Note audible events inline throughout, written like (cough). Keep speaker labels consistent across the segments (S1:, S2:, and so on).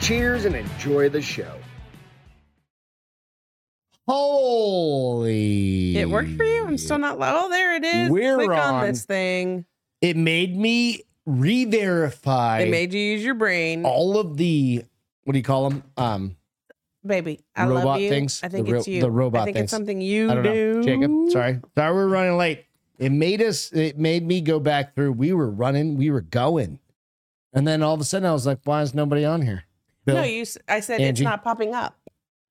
S1: Cheers and enjoy the show.
S2: Holy!
S3: It worked for you. I'm still not. Oh, there it is.
S2: We're
S3: Click
S2: on.
S3: on this thing.
S2: It made me re-verify
S3: It made you use your brain,
S2: all of the what do you call them? Um,
S3: baby. I
S2: robot
S3: love you.
S2: things?
S3: I think
S2: The
S3: it's
S2: ro-
S3: you.
S2: the robot
S3: I think
S2: things.
S3: it's something you
S2: I don't
S3: do.
S2: know, Jacob. Sorry, sorry, we're running late. It made us. It made me go back through. We were running. We were going, and then all of a sudden I was like, "Why is nobody on here?" Bill,
S3: No, you. s- I said
S2: Angie.
S3: it's not popping up.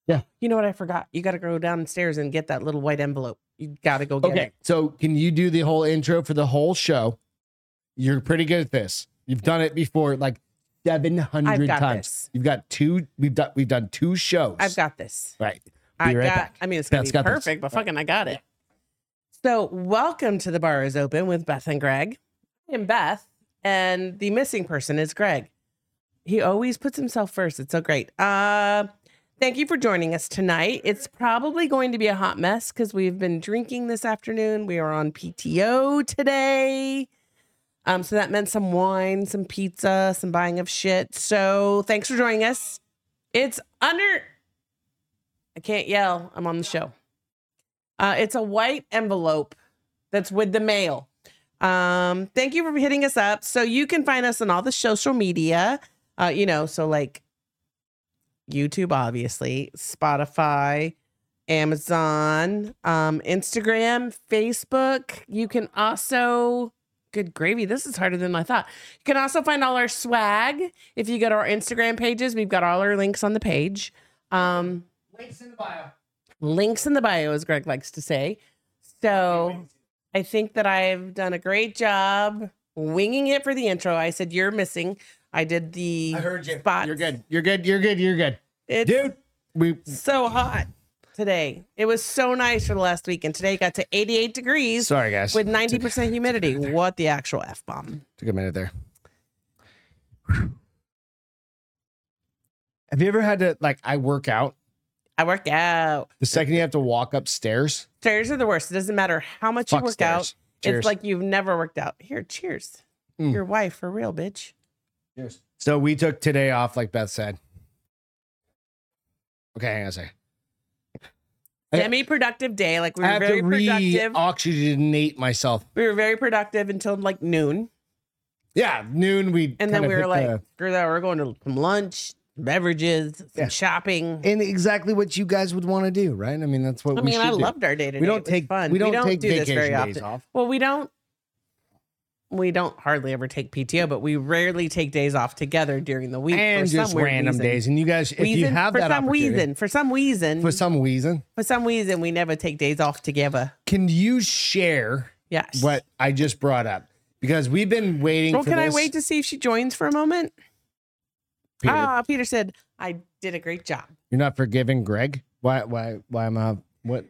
S2: Yeah.
S3: You know what I forgot? You got to go downstairs and get that little white envelope. You got to go get
S2: okay.
S3: it.
S2: So can you do the whole intro for the whole show? You're pretty good at this. You've done it before, like seven
S3: I've
S2: hundred
S3: got
S2: times.
S3: this.
S2: You've got two. We've done. We've done two shows.
S3: I've got this.
S2: right.
S3: I
S2: Be right
S3: got.
S2: back.
S3: I mean, it's gonna
S2: Beth's
S3: be
S2: got this.
S3: perfect, but fucking, I got it. So, welcome to the bar is open with Beth and Greg. I am Beth, and the missing person is Greg. He always puts himself first. It's so great. Uh, thank you for joining us tonight. It's probably going to be a hot mess because we've been drinking this afternoon. We are on PTO today. Um, so that meant some wine, some pizza, some buying of shit. So thanks for joining us. It's under. I can't yell. I'm on the show. Uh, it's a white envelope that's with the mail. Um, thank you for hitting us up. So you can find us on all the social media. Uh, you know, so like YouTube, obviously, Spotify, Amazon, um, Instagram, Facebook. You can also good gravy. This is harder than I thought. You can also find all our swag if you go to our Instagram pages. We've got all our links on the page. Um,
S2: Links in the bio.
S3: links in the bio, as Greg likes to say. So I think that I've done a great job winging it for the intro. I said, You're missing. I did the
S2: I heard you.
S3: spots.
S2: You're good. You're good. You're good. You're good.
S3: It's
S2: Dude, we
S3: so hot today. It was so nice for the last week. And today it got to 88 degrees
S2: sorry guys.
S3: with 90%
S2: (laughs)
S3: humidity. What the actual F bomb?
S2: Took a minute there. Have you ever had to like I work out?
S3: I work out.
S2: The second you have to walk upstairs,
S3: Stairs are the worst. It doesn't matter how much
S2: fuck
S3: you work
S2: stairs.
S3: out.
S2: Cheers.
S3: It's like you've never worked out. Here, cheers.
S2: Mm.
S3: Your wife for real, bitch.
S2: Cheers. So we took today off, like Beth said. Okay, hang on a second. I-
S3: Semi productive day. Like we
S2: Eh, I have
S3: were
S2: to uh,
S3: very productive.
S2: re-oxygenate myself.
S3: we were very productive until like noon
S2: Yeah, noon we
S3: and
S2: kind
S3: then
S2: of
S3: we
S2: hit
S3: were like
S2: the-
S3: screw that we're going to some lunch beverages some
S2: Yeah.
S3: shopping
S2: and exactly what you guys would want to do, right? I mean, that's what
S3: i
S2: we
S3: mean
S2: should
S3: i
S2: do.
S3: loved our day today
S2: we
S3: It
S2: don't
S3: was
S2: take
S3: fun
S2: we don't, take
S3: do this
S2: vacation
S3: very
S2: days
S3: often
S2: off.
S3: well we don't we don't hardly ever take pto but we rarely take days off together during the week
S2: and
S3: for
S2: just
S3: some weird
S2: random
S3: reason.
S2: days. And you guys, if you
S3: Reason-
S2: have
S3: for
S2: that
S3: some
S2: opportunity,
S3: reason for some reason
S2: for some reason,
S3: for some reason we never take days off together
S2: can you share
S3: yes
S2: what I just brought up? Because we've been waiting.
S3: well
S2: for
S3: can i
S2: this,
S3: wait to see if she joins for a moment
S2: Peter.
S3: ah peter said i did a great job
S2: You're not forgiving Greg. Why? Why? Why am I? What?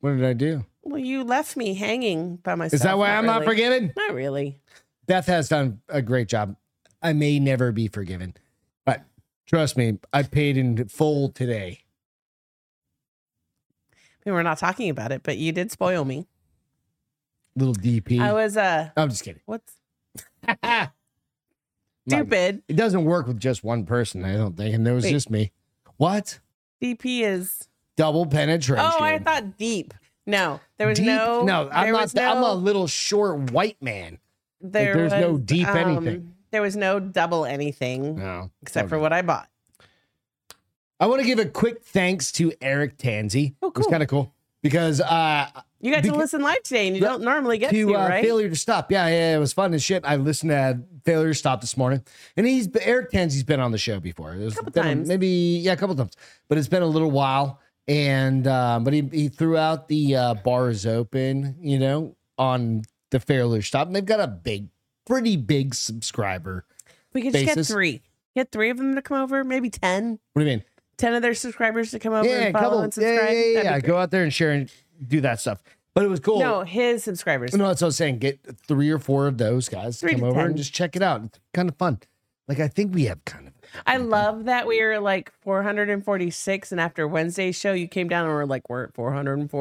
S2: What did I do?
S3: Well, you left me hanging by myself.
S2: Is that why I'm not
S3: really.
S2: forgiven?
S3: Not really.
S2: Beth has done a great job. I may never be forgiven, but trust me, I paid in full today.
S3: I mean, we're not talking about it, but you did spoil me.
S2: Little DP.
S3: I was uh,
S2: I'm just kidding.
S3: what's
S2: Not-
S3: stupid?
S2: It doesn't work with just one person, I don't think. And there was
S3: Wait.
S2: just me. What?
S3: DP is.
S2: Double penetration.
S3: Oh, I thought deep. No, there was
S2: Deep-
S3: no.
S2: No, I'm
S3: there
S2: not.
S3: was
S2: th- I'm
S3: no-
S2: a little short white man.
S3: there
S2: there's no
S3: was, um,
S2: deep anything.
S3: There was no double anything
S2: No,
S3: except for what I bought.
S2: I want to give a quick thanks to Eric Tanzi.
S3: Oh,
S2: It was
S3: cool.
S2: kind of cool because uh,
S3: You got to
S2: Beca-
S3: listen live today, and you
S2: Yeah.
S3: don't normally get to,
S2: to uh,
S3: right?
S2: failure to stop. Yeah, yeah, it was fun as shit. I listened to failure to stop this morning, and he's Eric Tanzi's been on the show before. There's
S3: Couple
S2: been a-
S3: times.
S2: maybe yeah, a couple times, but it's been a little while. And uh, but he he threw out the uh, bars open, you know, on the failure to stop, and they've got a big, pretty big subscriber.
S3: we could just get
S2: basis.
S3: three. Get three of them to come over, maybe ten.
S2: What do you mean?
S3: Ten of their subscribers to come over
S2: yeah,
S3: and
S2: a
S3: follow
S2: couple.
S3: and
S2: yeah, yeah, yeah,
S3: subscribe. That'd be
S2: yeah.
S3: great.
S2: Go out there and share and do that stuff. But it was cool.
S3: No, his subscribers.
S2: Oh. No, that's what I was saying. Get three or four of those guys to
S3: Three
S2: come
S3: to
S2: over and
S3: 10.
S2: just check it out. It's kind of fun. Like I think we have kind of.
S3: I love that we were like 446, and after Wednesday's show, you came down and were like, we're at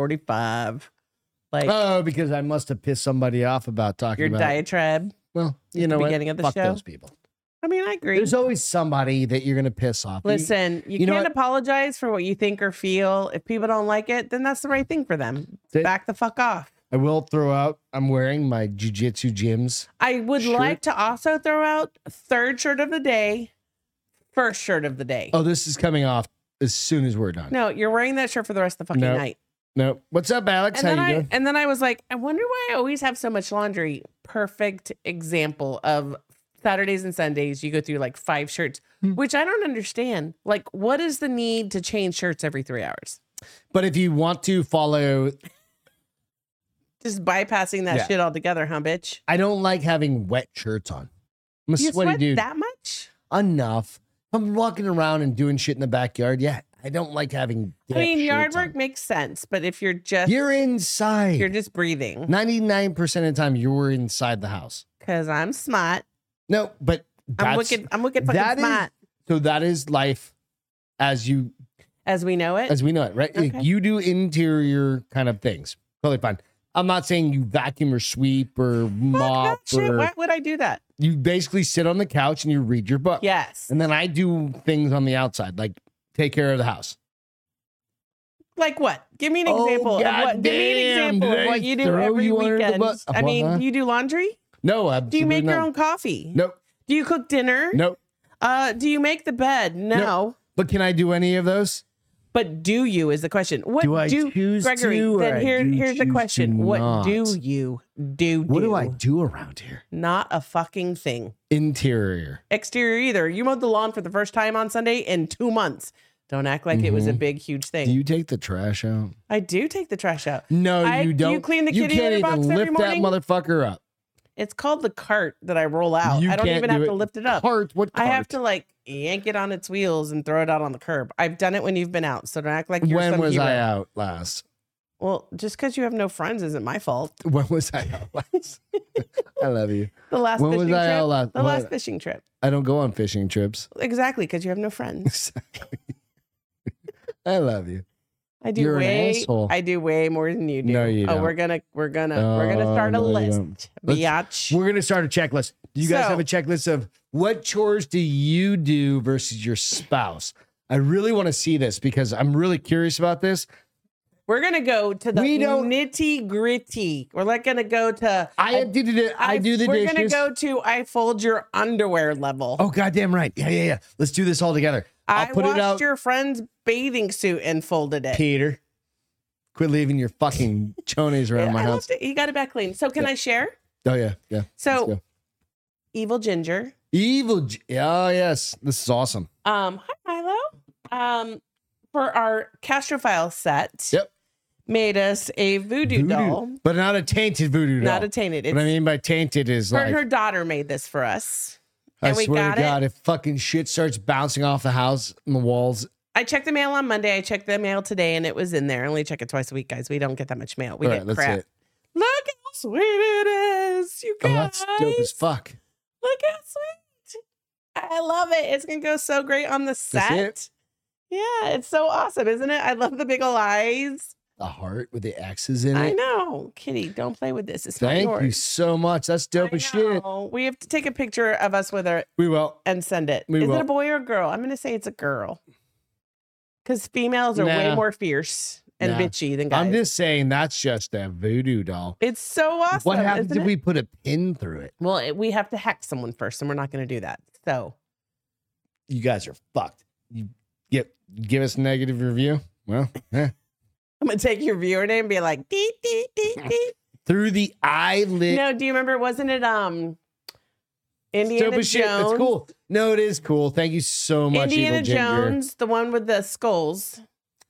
S3: 445. Like
S2: Oh, because I must have pissed somebody off about talking
S3: your
S2: about.
S3: diatribe.
S2: Well,
S3: the
S2: you know what?
S3: beginning of the
S2: Fuck
S3: show.
S2: those people.
S3: I mean, I agree.
S2: There's always somebody that you're gonna piss off. You-
S3: Listen, you,
S2: you know
S3: can't
S2: what?
S3: apologize for what you think or feel. If people don't like it, then that's the right thing for them.
S2: That-
S3: Back the fuck off.
S2: I will throw out. I'm wearing my jujitsu gyms.
S3: I would
S2: Shirt.
S3: like to also throw out third shirt of the day, first shirt of the day.
S2: Oh, this is coming off as soon as we're done.
S3: No, you're wearing that shirt for the rest of the fucking
S2: No.
S3: night.
S2: No. What's up, Alex?
S3: And
S2: How
S3: then
S2: you
S3: I
S2: doing?
S3: and then I was like, I wonder why I always have so much laundry. Perfect example of Saturdays and Sundays. You go through like five shirts,
S2: Hmm.
S3: which I don't understand. Like, what is the need to change shirts every three hours?
S2: But if you want to follow,
S3: Just bypassing that
S2: Yeah.
S3: shit altogether, huh, bitch?
S2: I don't like having wet shirts on. I'm a
S3: You
S2: sweaty
S3: sweat
S2: dude.
S3: that much?
S2: Enough. If I'm walking around and doing shit in the backyard. Yeah, I don't like having.
S3: I mean,
S2: damp
S3: yard
S2: shirts on.
S3: work makes sense, but if you're just
S2: You're inside.
S3: you're just breathing,
S2: 99% of the time, you're inside the house.
S3: because I'm smart.
S2: No, but
S3: I'm
S2: that's
S3: wicked. I'm wicked fucking
S2: that is-
S3: smart,
S2: so that is life as you
S3: as we know it.
S2: as we know it, right? Like,
S3: Okay.
S2: you do interior kind of things. Totally fine. I'm not saying you vacuum or sweep or
S3: Fuck
S2: mop
S3: that shit.
S2: or
S3: Why would I do that?
S2: you basically sit on the couch and you read your book.
S3: Yes.
S2: And then I do things on the outside, like take care of the house.
S3: Like what? Give me an
S2: Oh,
S3: example. of what, give me an
S2: goddamn,
S3: example
S2: did
S3: of
S2: I
S3: what you do
S2: throw
S3: every
S2: you under the
S3: weekend.
S2: bus?
S3: I mean,
S2: Uh-huh.
S3: you do laundry.
S2: No,
S3: Do you
S2: absolutely
S3: make
S2: not.
S3: your own coffee?
S2: No,
S3: Do you cook dinner?
S2: no.
S3: Uh, do you make the bed? No.
S2: But can I do any of those?
S3: But do you is the question. What
S2: Do I choose
S3: Gregory?
S2: to, or I
S3: then here,
S2: do
S3: here's the
S2: choose to
S3: question. What do
S2: not?
S3: you do?
S2: What do I do around here?
S3: Not a fucking thing.
S2: Interior.
S3: Exterior either. You mowed the lawn for the first time on Sunday in two months. Don't act like it was a
S2: Mhm.
S3: big, huge thing.
S2: Do you take the trash out?
S3: I do take the trash out.
S2: No,
S3: I-
S2: you
S3: you
S2: don't.
S3: clean the
S2: You
S3: kitty
S2: can't
S3: litter
S2: even
S3: box every
S2: lift that
S3: morning?
S2: motherfucker up.
S3: It's called the cart that I roll out.
S2: You
S3: I don't
S2: can't
S3: even
S2: do
S3: have to
S2: it.
S3: lift it up.
S2: Cart? What
S3: I
S2: cart?
S3: have to like yank it on its wheels and throw it out on the curb. I've done it when you've been out, so don't act like you're
S2: When
S3: some
S2: was
S3: hero.
S2: I out last? (laughs)
S3: Well, just because you have no friends isn't my fault.
S2: When was I out last? (laughs) I love you.
S3: The last
S2: when
S3: fishing
S2: was
S3: trip.
S2: I out last?
S3: The last
S2: What?
S3: fishing trip.
S2: I don't go on fishing trips. (laughs)
S3: Exactly, because you have no friends.
S2: Exactly. (laughs) I love you.
S3: I do
S2: You're an
S3: way.
S2: asshole.
S3: I do way more than you do.
S2: No, you
S3: oh, we're gonna we're gonna
S2: Oh,
S3: we're gonna start a
S2: no, you
S3: list.
S2: don't. Let's-
S3: Biatch.
S2: We're gonna start a checklist. Do you guys
S3: So-
S2: have a checklist of what chores do you do versus your spouse? I really want to see this because I'm really curious about this.
S3: We're gonna go to the
S2: We don't-
S3: nitty gritty. We're like gonna go to
S2: I did it. I, do the
S3: we're
S2: dishes.
S3: gonna go to I fold your underwear level.
S2: oh goddamn right. Yeah, yeah, yeah. Let's do this all together. I'll
S3: I
S2: put
S3: washed
S2: it out.
S3: your friend's bathing suit and folded it.
S2: Peter, quit leaving your fucking chonies
S3: (laughs)
S2: around my
S3: I
S2: house.
S3: loved it. You got it back clean. So can I share?
S2: Oh yeah, yeah. Let's
S3: So
S2: go.
S3: evil ginger.
S2: evil. G- oh yes, this is awesome.
S3: Um, hi Milo. Um, for our castrophile set,
S2: Yep.
S3: made us a voodoo, doll,
S2: but not a tainted voodoo
S3: not
S2: doll.
S3: attainted. It's,
S2: what I mean by tainted is
S3: her,
S2: like
S3: her daughter made this for us.
S2: I
S3: and we
S2: swear
S3: got
S2: to
S3: it.
S2: God, if fucking shit starts bouncing off the house and the walls,
S3: I checked the mail on Monday. I checked the mail today, and it was in there. I only check it twice a week, guys. We don't get that much mail. We
S2: all
S3: get
S2: right, that's
S3: crap.
S2: it.
S3: Look how sweet it is, you
S2: Oh,
S3: guys.
S2: that's dope as fuck.
S3: Look how sweet. I love it. It's gonna go so great on the set.
S2: it.
S3: Yeah, it's so awesome, isn't it? I love the big ol' eyes.
S2: The heart with the X's in
S3: I
S2: it.
S3: know. Kitty, don't play with this. It's
S2: Thank
S3: not yours.
S2: you so much. That's dope
S3: I
S2: as shit.
S3: know. We have to take a picture of us with her
S2: We will.
S3: and send it. Is
S2: We
S3: it
S2: will.
S3: a boy or a girl? I'm gonna say it's a girl. Because females are way
S2: Nah.
S3: more fierce and
S2: Nah.
S3: bitchy than guys.
S2: I'm just saying that's just a voodoo doll.
S3: it's so awesome.
S2: what happens
S3: isn't
S2: if
S3: it?
S2: we put a pin through it?
S3: Well, it, we have to hack someone first, and we're not gonna do that. So
S2: You guys are fucked. You get give us negative review. Well, (laughs) eh.
S3: I'm gonna take your viewer name and be like, dee, dee, dee, dee.
S2: through the eyelid.
S3: No, do you remember? Wasn't it um Indiana
S2: dope as
S3: Jones?
S2: shit. It's cool. No, it is cool. Thank you so much,
S3: Indiana
S2: Evil Ginger.
S3: Jones, the one with the skulls.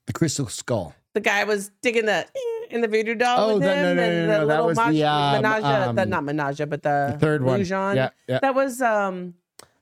S2: The crystal skull.
S3: The guy was digging the in the voodoo doll
S2: Oh,
S3: with
S2: that- no,
S3: him.
S2: no,
S3: and
S2: no, no,
S3: the
S2: no, that
S3: little
S2: was
S3: Maj-
S2: the, um,
S3: Menaja- the
S2: um,
S3: not Menaja, but the,
S2: The third one.
S3: Uh, Lujan.
S2: Yeah, yeah.
S3: That was um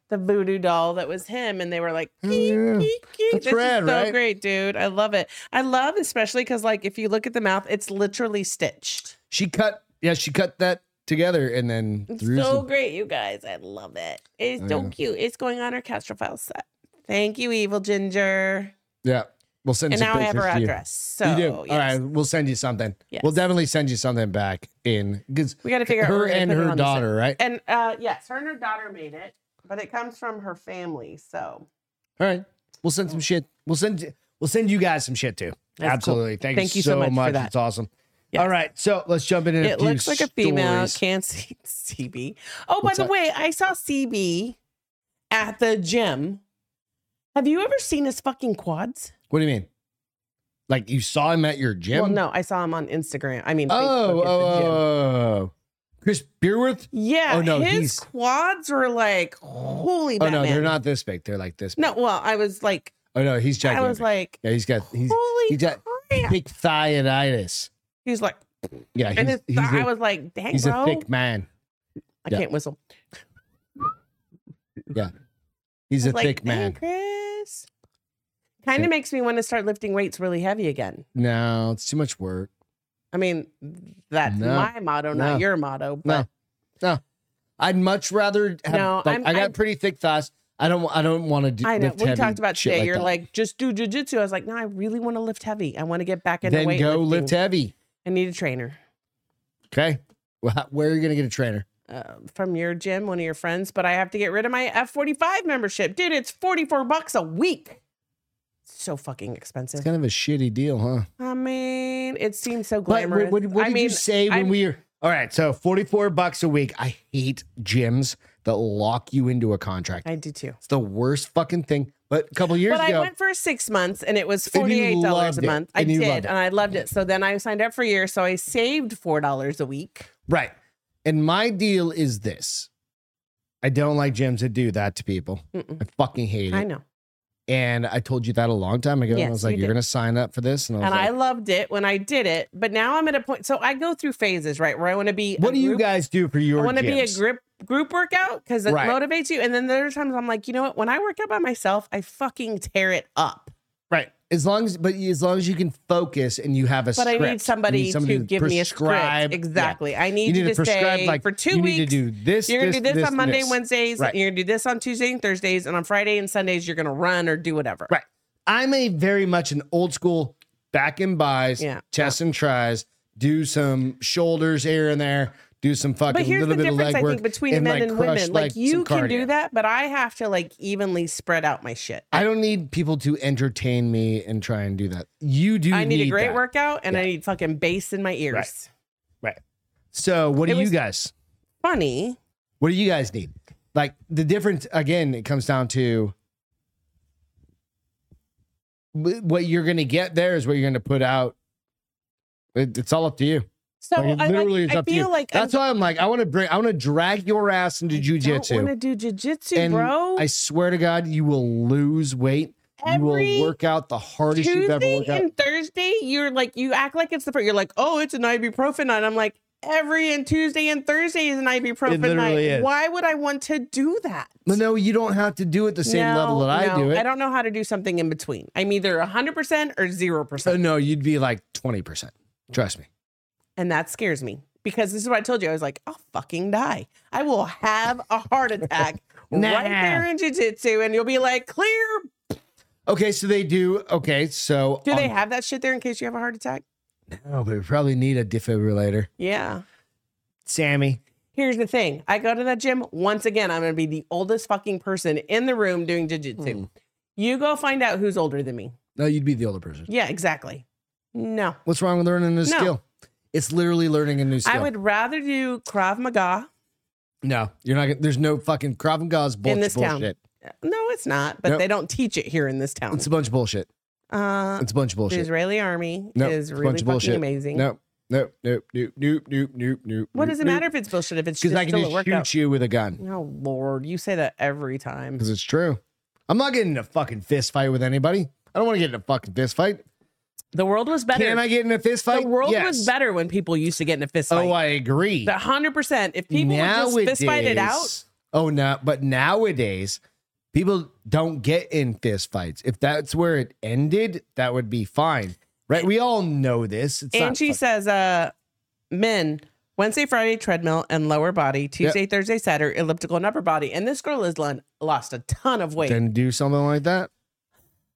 S3: the voodoo doll that was him, and they were like,
S2: Oh,
S3: "Eek,
S2: yeah.
S3: eek, eek."
S2: That's
S3: "This
S2: rad,
S3: is so
S2: right?
S3: great, dude! I love it. I love especially because like if you look at the mouth, it's literally stitched.
S2: She cut. Yeah, she cut that together and then
S3: It's
S2: threw
S3: so
S2: some-
S3: great, you guys. I love it. It's so
S2: Yeah.
S3: cute. It's going on our Castrophile set. Thank you, Evil Ginger.
S2: Yeah, we'll send.
S3: And
S2: some
S3: now I have her
S2: pictures to you.
S3: address. So
S2: you do.
S3: yes.
S2: All right, we'll send you something.
S3: Yes.
S2: We'll definitely send you something back in because
S3: we got to figure out. where
S2: her
S3: we're gonna
S2: and
S3: put it
S2: her
S3: on the set.
S2: daughter, right?
S3: And uh, yes, her and her daughter made it. but it comes from her family. So
S2: All right. We'll send some shit. We'll send we'll send you guys some shit too.
S3: That's
S2: Absolutely. Thank, you so, much.
S3: for that.
S2: It's awesome.
S3: Yes.
S2: All right. So let's jump into a
S3: it
S2: few
S3: looks like a female.
S2: stories.
S3: Can't see (laughs) CB. Oh,
S2: What's
S3: by the
S2: that?
S3: way, I saw CB at the gym. Have you ever seen his fucking quads?
S2: What do you mean? Like you saw him at your gym?
S3: Well, no, I saw him on Instagram. I mean,
S2: Oh,
S3: Facebook
S2: oh,
S3: at the gym.
S2: oh. Chris Beerworth?
S3: yeah.
S2: oh, no,
S3: his
S2: he's-
S3: quads were like holy.
S2: Oh
S3: Batman.
S2: no, they're not this big. They're like this. Big.
S3: No, well, I was like,
S2: Oh no, he's
S3: I
S2: gigantic.
S3: was like,
S2: yeah, he's got he's
S3: holy
S2: he's got
S3: crap.
S2: big thionitis.
S3: He's like,
S2: Yeah,
S3: and
S2: he's,
S3: his,
S2: he's,
S3: I
S2: a,
S3: was like, dang,
S2: he's
S3: bro,
S2: a thick man.
S3: I
S2: yeah.
S3: can't whistle.
S2: He's a
S3: I was like,
S2: thick
S3: "Dang,
S2: man.
S3: Chris. Kind
S2: Yeah.
S3: of makes me want to start lifting weights really heavy again.
S2: No, it's too much work.
S3: I mean, that's
S2: No.
S3: my motto,
S2: No.
S3: not your motto.
S2: No.
S3: But
S2: I'd much rather have
S3: No,
S2: like,
S3: I'm-
S2: I got
S3: I'm-
S2: pretty thick thighs. I don't I don't want to do
S3: I know
S2: lift
S3: we
S2: heavy
S3: talked about
S2: shit
S3: today. You're
S2: that.
S3: like, just do jujitsu. I was like, no, I really want to lift heavy. I want to get back into
S2: then
S3: weight.
S2: go lift heavy.
S3: I need a trainer
S2: Okay. Well, how- Where are you gonna get a trainer?
S3: uh, from your gym, one of your friends. But I have to get rid of my F45 membership, dude. It's 44 bucks a week. So fucking expensive.
S2: It's kind of a shitty deal, huh?
S3: I mean, it seems so
S2: But
S3: glamorous.
S2: What, what, what
S3: I
S2: did
S3: mean,
S2: you say when
S3: I'm-
S2: we were? All right, so forty-four bucks a week. I hate gyms that lock you into a contract.
S3: I do too.
S2: It's the worst fucking thing. But a couple years
S3: but I
S2: ago,
S3: went for six months and it was
S2: And you
S3: forty-eight
S2: loved
S3: dollars a
S2: it.
S3: month. I
S2: And you
S3: did,
S2: loved it.
S3: and I loved it. So then I signed up for a year, so I saved four dollars a week.
S2: right? And my deal is this: I don't like gyms that do that to people.
S3: Mm-mm.
S2: I fucking hate it.
S3: I know,
S2: And I told you that a long time ago. and
S3: Yes,
S2: I was like,
S3: you
S2: "You're
S3: did.
S2: gonna sign up for this." And I was
S3: and I
S2: like,
S3: loved it when I did it. But now I'm at a point. So I go through phases, right? Where I want to be.
S2: "What
S3: a
S2: do you
S3: group-
S2: guys do for
S3: I
S2: your?"
S3: want to be a
S2: gyms?
S3: group group workout because it
S2: Right.
S3: motivates you. And then there are times I'm like, you know what? When I work out by myself, I fucking tear it up.
S2: Right. As long as, but as long as you can focus and you have a
S3: But
S2: script,
S3: I need somebody, to give me a
S2: prescribe-
S3: script.
S2: yeah.
S3: Exactly. I need you,
S2: need
S3: to, say for two
S2: you
S3: weeks.
S2: need to do this.
S3: You're gonna
S2: this,
S3: do this, on
S2: and
S3: Monday,
S2: this.
S3: Wednesdays.
S2: Right.
S3: You're gonna do this on Tuesday and Thursdays, and on Friday and Sundays you're gonna run or do whatever.
S2: Right. I'm a very much an old school back and buys,
S3: Yeah.
S2: test and tries, do some shoulders here and there, do some fucking
S3: But here's
S2: little
S3: the
S2: bit of
S3: difference,
S2: leg
S3: I
S2: work
S3: think, between
S2: and
S3: men
S2: like
S3: and
S2: crush,
S3: women.
S2: like,
S3: Like,
S2: some
S3: you can do
S2: cardio.
S3: that, but I have to like evenly spread out my shit.
S2: I don't need people to entertain me and try and do that. You do.
S3: I need, a great
S2: that.
S3: workout and I
S2: Yeah.
S3: need fucking bass in my ears.
S2: So what
S3: It
S2: do you
S3: was-
S2: guys?
S3: Funny.
S2: What do you guys need? Like the difference again, it comes down to wh- what you're going to get there is what you're going to put out. It- it's all up to you.
S3: So
S2: Like, it
S3: I,
S2: literally
S3: like,
S2: is
S3: I
S2: up to
S3: feel
S2: you.
S3: like
S2: That's
S3: I'm,
S2: why I'm like, I want to bring, I want to drag your ass into
S3: I want
S2: jujitsu.
S3: to do jujitsu,
S2: And
S3: bro.
S2: I swear to God, you will lose weight.
S3: Every
S2: you will work out the hardest you've ever
S3: Tuesday
S2: worked out.
S3: and Thursday, you're like, you act like it's the first. You're like, oh, it's an ibuprofen night. I'm like, every and Tuesday and Thursday is an ibuprofen night.
S2: literally is.
S3: Why would I want to do that?
S2: But no, you don't have to do it the same level
S3: No,
S2: that I
S3: no,
S2: do it.
S3: I don't know how to do something in between. I'm either 100% or 0%.
S2: Uh, no, you'd be like 20%. Trust me.
S3: and that scares me because this is what I told you. I was like, I'll fucking die. I will have a heart attack
S2: (laughs) Nah.
S3: right there in jiu-jitsu. And you'll be like, clear.
S2: Okay, so they do. Okay, so um,
S3: Do
S2: on
S3: they have that shit there in case you have a heart attack?
S2: Oh, but we probably need a defibrillator.
S3: Yeah.
S2: Sammy.
S3: Here's the thing. I go to that gym once again. I'm going to be the oldest fucking person in the room doing jiu-jitsu.
S2: Hmm.
S3: You go find out who's older than me.
S2: No, you'd be the older person.
S3: Yeah, exactly. No.
S2: What's wrong with learning a new
S3: No.
S2: skill? It's literally learning a new skill.
S3: I would rather do Krav Maga.
S2: no, you're not. gonna There's no fucking Krav and Gauze bullshit.
S3: In this town.
S2: bullshit.
S3: No, it's not, but
S2: Nope.
S3: they don't teach it here in this town.
S2: It's a bunch of bullshit.
S3: Uh,
S2: It's a bunch of
S3: the
S2: bullshit.
S3: Israeli army
S2: Nope, it's
S3: is
S2: a
S3: really
S2: bunch of
S3: fucking
S2: bullshit.
S3: amazing.
S2: No, no, no, nope, nope, nope, nope, nope.
S3: What does it matter if it's bullshit if it's just
S2: Because I can
S3: still a
S2: just
S3: workout?
S2: shoot you with a gun.
S3: Oh Lord, you say that every time.
S2: Because it's true. I'm not getting in a fucking fist fight with anybody. I don't want to get in a fucking fist fight.
S3: The world was better.
S2: Can I get in a fist fight?
S3: the world was
S2: Yes.
S3: better when people used to get in a fist
S2: Oh,
S3: fight.
S2: I agree.
S3: The hundred percent. If people would just fist fight it out,
S2: Nowadays- Oh no, but nowadays people don't get in fist fights. If that's where it ended, that would be fine. Right? We all know this. It's
S3: Angie
S2: not
S3: says, uh, men, Wednesday, Friday, treadmill and lower body, Tuesday, Thursday, Saturday, elliptical and upper body. And this girl has lon- lost a ton of weight.
S2: then do something like that.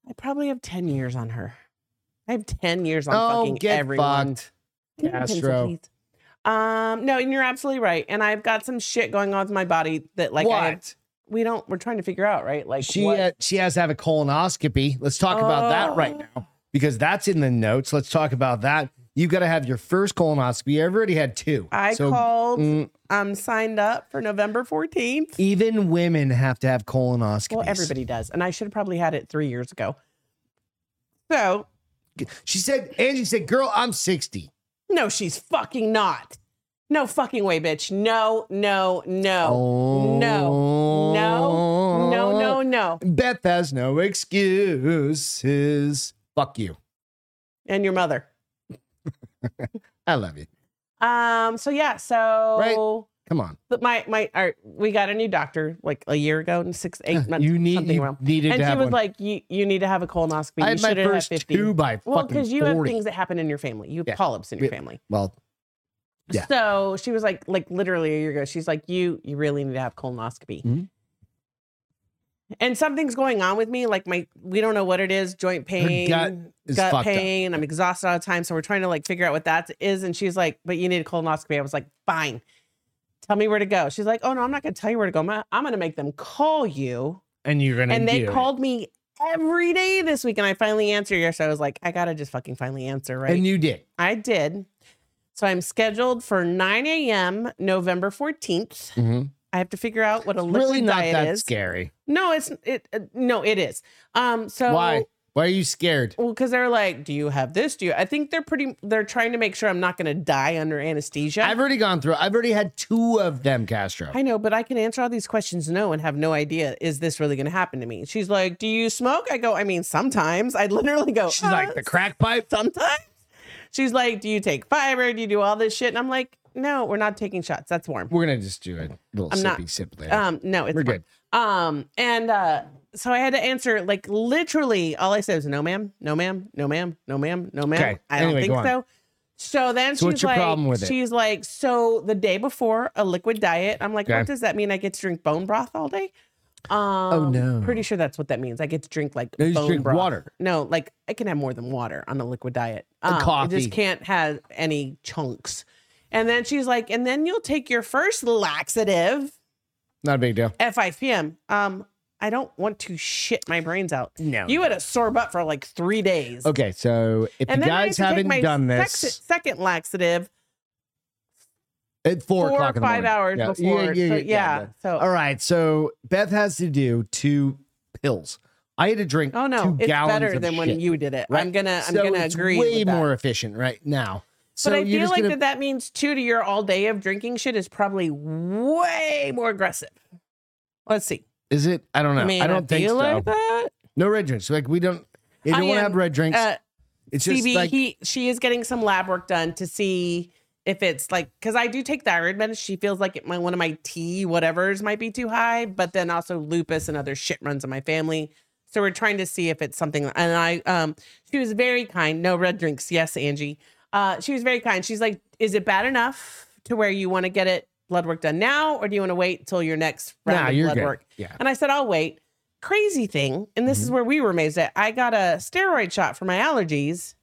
S3: I probably have 10 years on her. I have 10 years on
S2: Oh,
S3: fucking
S2: get
S3: everyone.
S2: fucked.
S3: Give me a pencil,
S2: Castro.
S3: please. Um, no, and you're absolutely right. And I've got some shit going on with my body that like I have
S2: what?
S3: we don't we're trying to figure out, right? Like
S2: She
S3: what-
S2: uh, she has to have a colonoscopy. Let's talk about that right
S3: Oh.
S2: now because that's in the notes. Let's talk about that. You've got to have your first colonoscopy. I've already had two.
S3: I
S2: So,
S3: called
S2: mm,
S3: um signed up for November 14th.
S2: even women have to have colonoscopies.
S3: Well, everybody does. And I should have probably had it three years ago. So
S2: She said, Angie said, "Girl, I'm 60."
S3: no, she's fucking not. No fucking way, bitch. No, no, no.
S2: Oh
S3: no, no, No, no, no.
S2: Beth has no excuses. Fuck you.
S3: And your mother.
S2: I love you.
S3: Um, so yeah, so
S2: Right. Come on.
S3: but my my our, we got a new doctor like a year ago and six eight months
S2: you need
S3: something
S2: you
S3: wrong.
S2: needed
S3: and
S2: to
S3: she
S2: have
S3: was
S2: one.
S3: like you you need to have a colonoscopy
S2: I
S3: you
S2: had my
S3: should have had
S2: first
S3: 50
S2: two by
S3: well
S2: fucking
S3: because you
S2: 40.
S3: have things that happen in your family you have
S2: Yeah.
S3: polyps in your
S2: We-
S3: family
S2: well, Yeah.
S3: so she was like like literally a year ago she's like you you really need to have colonoscopy
S2: Mhm.
S3: and something's going on with me like my we don't know what it is joint pain
S2: gut is
S3: gut
S2: fucked up.
S3: pain i'm exhausted all the time so we're trying to like figure out what that is and she's like but you need a colonoscopy i was like fine tell me where to go she's like oh no i'm not going to tell you where to go i'm gonna- I'm going to make them call you
S2: and you're gonna
S3: and they
S2: do it.
S3: called me every day this week and i finally answered yes i was like i gotta just fucking finally answer right
S2: and you did.
S3: i did so i'm scheduled for 9 a.m november 14th
S2: Mhm.
S3: i have to figure out what a liquid
S2: Really not
S3: diet
S2: that
S3: is
S2: scary.
S3: no it's it uh, no it is um so
S2: Why? Why are you scared?
S3: well because they're like do you have this do you i think they're pretty they're trying to make sure i'm not gonna die under anesthesia
S2: I've already gone through. I've already had two of them, Castro.
S3: I know, but I can answer all these questions no and have no idea is this really going to happen to me. She's like, "Do you smoke?" I go, "I mean, sometimes." I literally go,
S2: She's like
S3: "Uh,
S2: the crack pipe.
S3: sometimes. She's like, Do you take fiber? Do you do all this shit? And I'm like, No, we're not taking shots. That's warm.
S2: We're gonna just do a little
S3: I'm
S2: sippy
S3: not-
S2: sip later.
S3: Um, no, it's
S2: We're
S3: warm.
S2: good.
S3: Um, and uh, so I had to answer like literally all I said was no ma'am, no ma'am, no ma'am, no ma'am, no ma'am.
S2: Okay.
S3: I don't
S2: Anyway, go on.
S3: think so. So then
S2: So
S3: she's
S2: what's your
S3: like,
S2: problem with it?
S3: she's like, so the day before a liquid diet, I'm like,
S2: Okay. Oh,
S3: what does that mean? I get to drink bone broth all day? Um,
S2: no.
S3: pretty sure that's what that means. I get to drink like
S2: No, you just
S3: bone
S2: drink
S3: broth.
S2: water.
S3: No, like I can have more than water on a liquid diet.
S2: And
S3: I
S2: coffee.
S3: just can't have any chunks. And then she's like, and then you'll take your first laxative
S2: Not a big deal.
S3: at 5 p.m. Um, I don't want to shit my brains out.
S2: No.
S3: You had a sore butt for like three days.
S2: okay, so if you
S3: I
S2: guys
S3: had to take
S2: haven't
S3: my
S2: done this,
S3: sex- second laxative
S2: at four,
S3: four,
S2: o'clock
S3: or
S2: in the
S3: five
S2: morning.
S3: hours
S2: Yeah, yeah, yeah,
S3: before. so,
S2: yeah,
S3: yeah.
S2: yeah.
S3: So,
S2: All right, so Beth has to do two pills. I had to drink.
S3: oh no,
S2: two
S3: it's
S2: gallons
S3: better
S2: of
S3: than when
S2: shit,
S3: you did it.
S2: right?
S3: I'm gonna, I'm
S2: So
S3: gonna
S2: it's
S3: agree.
S2: Way
S3: with that.
S2: more efficient right now. So
S3: but I
S2: you're
S3: feel
S2: just
S3: like
S2: gonna,
S3: that that means too to your all day of drinking shit is probably way more aggressive. Let's see.
S2: is it? I don't know. I,
S3: mean,
S2: don't think
S3: feel
S2: so.
S3: like that.
S2: No red drinks. Like we don't. They
S3: I
S2: don't want to
S3: am,
S2: have red drinks.
S3: Uh,
S2: it's just
S3: CB,
S2: like
S3: he she is getting some lab work done to see if it's like because I do take thyroid meds. She feels like it, my one of my T whatever's might be too high, but then also lupus and other shit runs in my family. So we're trying to see if it's something. And I um she was very kind. No red drinks. Yes, Angie. Uh, she was very kind. She's like, is it bad enough to where you want to get it blood work done now, or do you want to wait till your next round
S2: nah,
S3: of
S2: you're
S3: blood
S2: good.
S3: work?
S2: Yeah.
S3: And I said, I'll wait. Crazy thing, and this is
S2: Mm-hmm.
S3: where we were amazed at. I got a steroid shot for my allergies.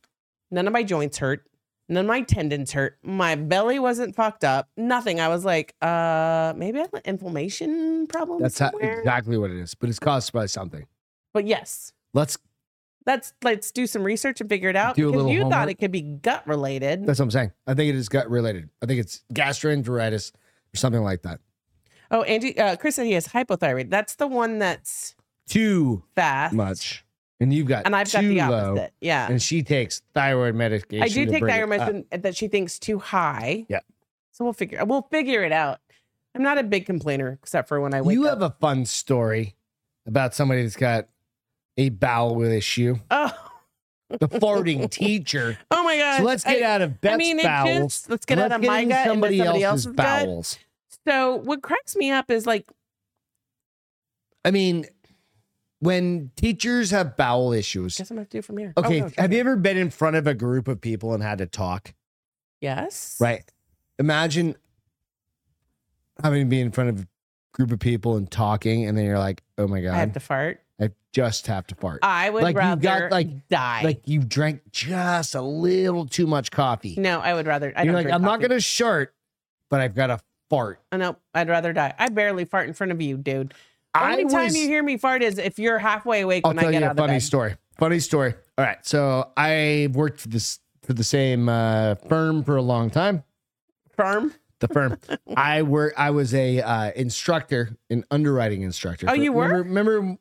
S3: None of my joints hurt. None of my tendons hurt. My belly wasn't fucked up. Nothing. I was like, uh, maybe I have an inflammation problem.
S2: That's how,
S3: somewhere.
S2: exactly what it is. But it's caused by something.
S3: But yes,
S2: Let's.
S3: let's let's do some research and figure it out.
S2: Do a
S3: because
S2: little
S3: you thought
S2: homework.
S3: it could be gut related.
S2: That's what I'm saying. I think it is gut related. I think it's gastroenteritis or something like that.
S3: oh, Angie, uh, Chris said he has hypothyroid. That's the one that's
S2: Too
S3: fast.
S2: much, and you've got
S3: And I've got
S2: too
S3: the
S2: low,
S3: opposite. yeah.
S2: and she takes thyroid medication.
S3: I do
S2: to
S3: take
S2: bring it
S3: thyroid
S2: up.
S3: medicine that she thinks too high.
S2: Yeah.
S3: So we'll figure we'll figure it out. I'm not a big complainer except for when I wake
S2: You
S3: up.
S2: have a fun story about somebody that's got a bowel issue.
S3: oh, (laughs)
S2: The farting teacher.
S3: oh my god.
S2: So let's get
S3: I,
S2: out of Beth's
S3: I mean, it
S2: bowels.
S3: just let's get
S2: Let's
S3: out of
S2: get
S3: my
S2: in
S3: gut
S2: somebody,
S3: into somebody
S2: else's,
S3: else's, gut.
S2: bowels.
S3: So what cracks me up is like
S2: I mean, when teachers have bowel issues,
S3: guess I'm gonna do from here. Oh,
S2: okay,
S3: no, sure.
S2: have you ever been in front of a group of people and had to talk?
S3: Yes.
S2: Right. Imagine having to be in front of a group of people and talking, and then you're like, oh my God,
S3: I
S2: I,
S3: have to fart.
S2: just have to fart.
S3: I would
S2: Like,
S3: rather
S2: you've got, like-
S3: die.
S2: like you drank just a little too much coffee.
S3: no, I would rather. Mm, I
S2: you're
S3: don't
S2: like,
S3: drink
S2: I'm not
S3: coffee.
S2: going to shart, but I've got to fart.
S3: Oh, no, I'd rather die. I barely fart in front of you, dude. Only time
S2: was-
S3: you hear me fart is if you're halfway awake
S2: I'll
S3: when I
S2: Oh, tell
S3: get
S2: you
S3: out
S2: a
S3: of the
S2: funny
S3: bed.
S2: story. Funny story. All right. So I worked for this for the same uh, firm for a long time.
S3: Firm.
S2: The
S3: (laughs)
S2: firm. I work. I was a uh, instructor, an underwriting instructor.
S3: Oh, you were?
S2: Remember, remember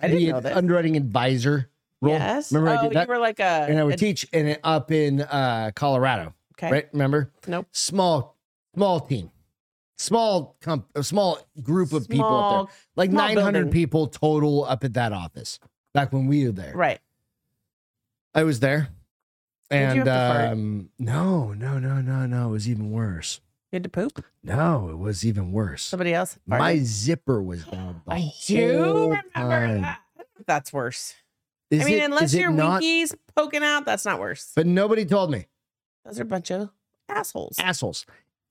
S3: I didn't
S2: the
S3: know this.
S2: underwriting advisor role.
S3: Yes.
S2: Remember
S3: oh,
S2: I did that,
S3: you were like a.
S2: and I would
S3: a-
S2: teach in it up in uh, Colorado.
S3: okay.
S2: Right? Remember?
S3: Nope.
S2: Small, small team, small comp, a small group of people up there
S3: Small-
S2: like
S3: Small
S2: 900
S3: building.
S2: people total up at that office back when we were there.
S3: Right.
S2: I was there.
S3: Did
S2: And
S3: you have to fart?
S2: um, no, no, no, no, no. It was even worse.
S3: You had to poop.
S2: No, it was even worse.
S3: Somebody else. farted.
S2: My zipper was down. The
S3: I
S2: whole
S3: do remember
S2: time.
S3: that. That's worse.
S2: Is
S3: I mean,
S2: it-
S3: unless
S2: is it
S3: your
S2: not,
S3: winkies poking out, that's not worse.
S2: But nobody told me.
S3: Those are a bunch of assholes.
S2: Assholes.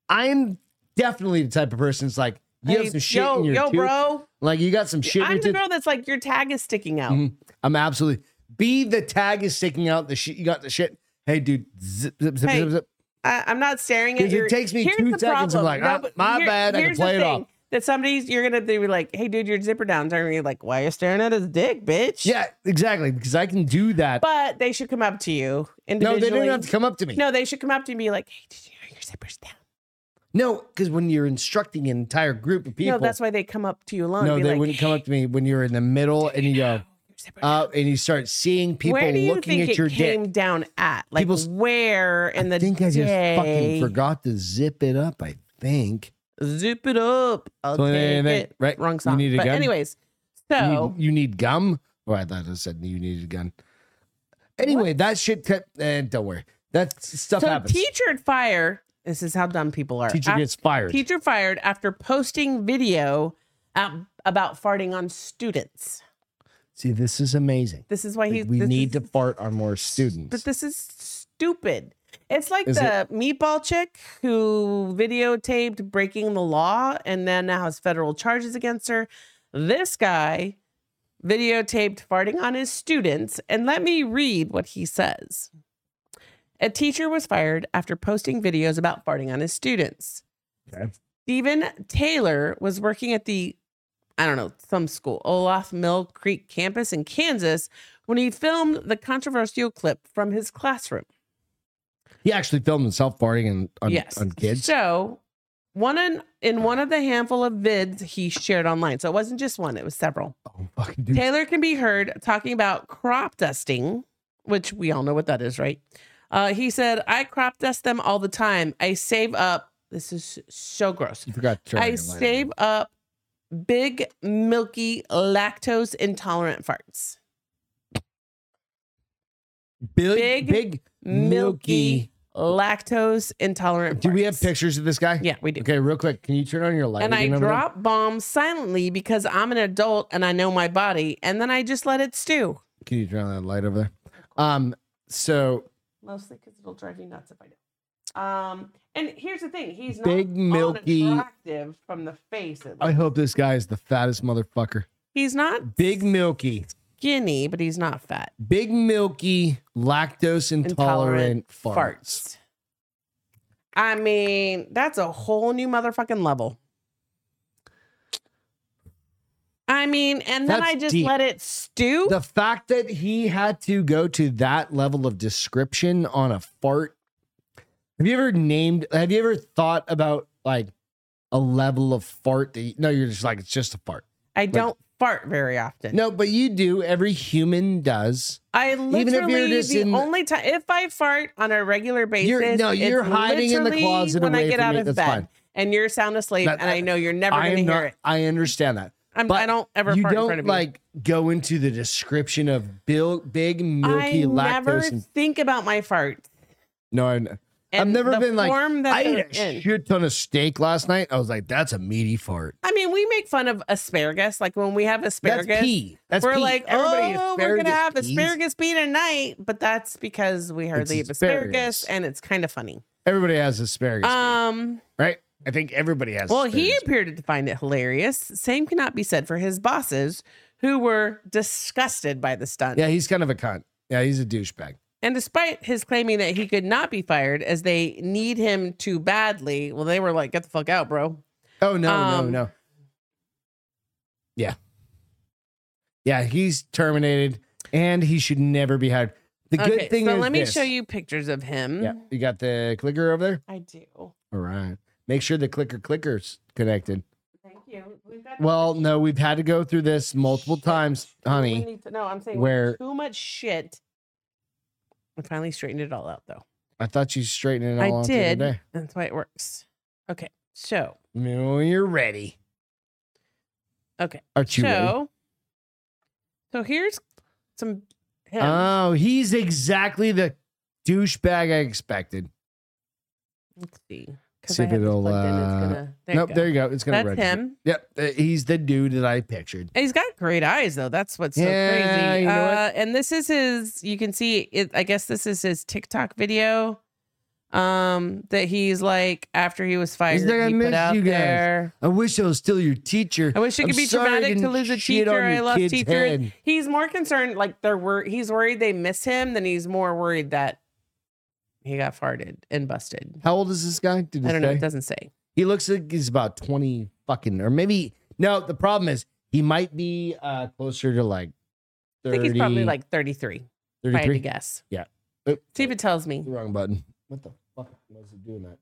S2: I'm definitely the type of person that's like, you have
S3: Hey,
S2: some shit
S3: yo,
S2: in your
S3: yo,
S2: tooth.
S3: bro.
S2: Like, you got some shit in
S3: I'm
S2: your
S3: the
S2: tooth.
S3: girl that's like your tag is sticking out.
S2: Mhm. I'm absolutely. Be the tag is sticking out. The shit you got the shit. Hey, dude. Zip, zip, zip,
S3: Hey,
S2: zip, zip.
S3: I, I'm not staring at
S2: Because
S3: your.
S2: it takes me
S3: Here's
S2: two
S3: the
S2: seconds.
S3: problem.
S2: I'm like,
S3: No,
S2: ah,
S3: but
S2: my
S3: here-
S2: bad. I can
S3: here's the
S2: play it off.
S3: thing, That somebody's you're gonna be like, hey, dude, your zipper down's are you like, why are you staring at his dick, bitch?
S2: Yeah, exactly. Because I can do that.
S3: But they should come up to you
S2: no,
S3: individually.
S2: they didn't have to come up to me.
S3: No, they should come up to you and be like, hey, did you know your zipper's down?
S2: No, because when you're instructing an entire group of people,
S3: No, that's why they come up to you alone.
S2: no,
S3: and be
S2: they
S3: like,
S2: wouldn't come up to me when you're in the middle and you go
S3: Your zipper's
S2: up and you start seeing people
S3: where do you
S2: looking
S3: think
S2: at
S3: it
S2: your
S3: came
S2: dick.
S3: down at? Like
S2: People's-
S3: where in the
S2: I think I just
S3: day?
S2: fucking forgot to zip it up. I think
S3: Zip it up. I'll
S2: So,
S3: take
S2: eh, eh,
S3: it.
S2: right,
S3: Wrong
S2: you
S3: song.
S2: need a
S3: but
S2: gun?
S3: anyways,
S2: You need-
S3: so
S2: you, need gum. Oh, I thought I said you needed a gun. Anyway, that shit. Kept, eh, don't worry. That stuff
S3: so
S2: happens.
S3: teacher at fire. This is how dumb people are.
S2: Teacher
S3: Af-
S2: gets fired.
S3: teacher fired after posting video ab- about farting on students.
S2: See, this is amazing.
S3: This is why he.
S2: Like, we
S3: this
S2: need
S3: is-
S2: to fart on more
S3: But
S2: students.
S3: this is stupid. It's like
S2: Is
S3: the meatball chick who videotaped breaking the law and then now has federal charges against her. This guy videotaped farting on his students. And let me read what he says. A teacher was fired after posting videos about farting on his students.
S2: Okay.
S3: Stephen Taylor was working at the, I don't know, some school, Olaf Mill Creek campus in Kansas when he filmed the controversial clip from his classroom.
S2: he actually filmed himself farting on, on,
S3: yes.
S2: on kids.
S3: So one in, in one of the handful of vids he shared online. So it wasn't just one, it was several.
S2: Oh, fucking dude.
S3: Taylor can be heard talking about crop dusting, which we all know what that is, right? Uh, he said, I crop dust them all the time. I save up. This is so gross.
S2: You forgot to turn on
S3: I
S2: your light.
S3: save up big, milky, lactose intolerant farts.
S2: big,
S3: big,
S2: big,
S3: Milky, lactose intolerant.
S2: Do we have
S3: farts.
S2: pictures of this guy?
S3: Yeah, we do.
S2: Okay, real quick, can you turn on your light?
S3: and I
S2: again over there?
S3: drop bombs silently because I'm an adult and I know my body, and then I just let it stew.
S2: Can you turn on that light over there? Um, so
S3: Mostly because it'll drive you nuts if I don't. Um, and here's the thing: he's not
S2: Big, milky- Oh,
S3: unattractive from the face. At
S2: I
S3: least.
S2: hope this guy is the fattest motherfucker.
S3: He's not
S2: Big Milky,
S3: skinny, but he's not fat.
S2: big Milky, lactose intolerant,
S3: Intolerant
S2: farts.
S3: farts. I mean, that's a whole new motherfucking level. I mean, and then
S2: That's
S3: I just
S2: deep.
S3: let it stew.
S2: The fact that he had to go to that level of description on a fart. Have you ever named? Have you ever thought about like a level of fart that? You, no, you're just like it's just a fart.
S3: I don't fart very often.
S2: No, but you do. Every human does.
S3: I
S2: if you're
S3: literally
S2: just
S3: the
S2: in-
S3: only time if I fart on a regular basis.
S2: You're, no,
S3: it's
S2: you're hiding in the
S3: literally
S2: closet
S3: when
S2: away
S3: I get
S2: from
S3: out
S2: me.
S3: of
S2: That's
S3: bed,
S2: fine.
S3: and you're sound asleep,
S2: That-
S3: and I know you're never
S2: I
S3: going to
S2: am
S3: hear
S2: not.
S3: it.
S2: I understand that.
S3: I'm,
S2: but
S3: I don't ever
S2: you
S3: fart in
S2: don't
S3: front of you.
S2: like go into the description of Bill, big milky
S3: I
S2: lactose.
S3: never
S2: and,
S3: think about my fart.
S2: no, I, know. I've
S3: and
S2: never
S3: the
S2: been like,
S3: form that
S2: I
S3: they're
S2: ate a
S3: in.
S2: shit ton of steak last night. I was like, that's a meaty fart.
S3: I mean, we make fun of asparagus. Like when we have asparagus,
S2: That's pee. That's
S3: we're
S2: pee.
S3: like,
S2: Everybody
S3: oh, we're gonna
S2: asparagus
S3: have
S2: pees.
S3: asparagus pee tonight, but that's because we hardly
S2: It's
S3: eat asparagus,
S2: asparagus.
S3: and it's kind of funny.
S2: Everybody has asparagus,
S3: Um.
S2: right? I think everybody has.
S3: Well, he
S2: asparagus.
S3: appeared to find it hilarious. Same cannot be said for his bosses, who were disgusted by the stunt.
S2: Yeah, he's kind of a cunt. Yeah, he's a douchebag.
S3: And despite his claiming that he could not be fired as they need him too Um, badly, well, they were like, get the fuck out, bro.
S2: Oh no,
S3: Um,
S2: no, no. Yeah, he's terminated and he should never be hired. The good
S3: okay,
S2: thing
S3: so
S2: is
S3: let me
S2: this.
S3: show you pictures of him.
S2: Yeah, you got the clicker over there?
S3: I do.
S2: All right. Make sure the clicker clicker's connected.
S3: Thank you. We've got
S2: Well, no, we've had to go through this multiple
S3: Shit.
S2: times,
S3: We
S2: honey.
S3: need to- no, I'm saying
S2: where-
S3: where too much shit. I finally straightened it all out though.
S2: I thought you straightened it all
S3: I
S2: out
S3: did.
S2: today.
S3: That's why it works. Okay, so
S2: When you're ready.
S3: Okay,
S2: Aren't you ready?
S3: so so here's some him.
S2: Oh, he's exactly the douchebag I expected.
S3: Let's see. 'Cause
S2: see
S3: I
S2: if
S3: had this
S2: it'll,
S3: plugged in, it's
S2: uh,
S3: gonna- there you
S2: nope,
S3: go.
S2: there you go. It's gonna
S3: That's
S2: register.
S3: him.
S2: Yep, uh, he's the dude that I pictured.
S3: And He's got great eyes though. That's what's so
S2: Yeah,
S3: crazy.
S2: you know what?
S3: uh, and this is his. You can see it. I guess this is his TikTok video. Um, that he's like after he was fired,
S2: like, "I
S3: he
S2: miss
S3: put out
S2: you guys."
S3: there.
S2: I wish I was still your teacher.
S3: I wish it
S2: I'm
S3: could be
S2: sorry I
S3: traumatic to
S2: didn't
S3: lose a
S2: shit on
S3: teacher. I
S2: your
S3: love
S2: kid's
S3: teachers.
S2: head.
S3: He's more concerned, like they're wor- he's worried they miss him than he's more worried that he got farted and busted.
S2: How old is this guy? Did it
S3: I don't know.
S2: say?
S3: It doesn't say.
S2: He looks like he's about 20 fucking, or maybe, no, the problem is he might be uh, closer to like 30.
S3: I think he's probably like 33. If I had to
S2: 33.
S3: guess.
S2: Oop,
S3: See if it tells me.
S2: the wrong button. What the fuck was it doing that?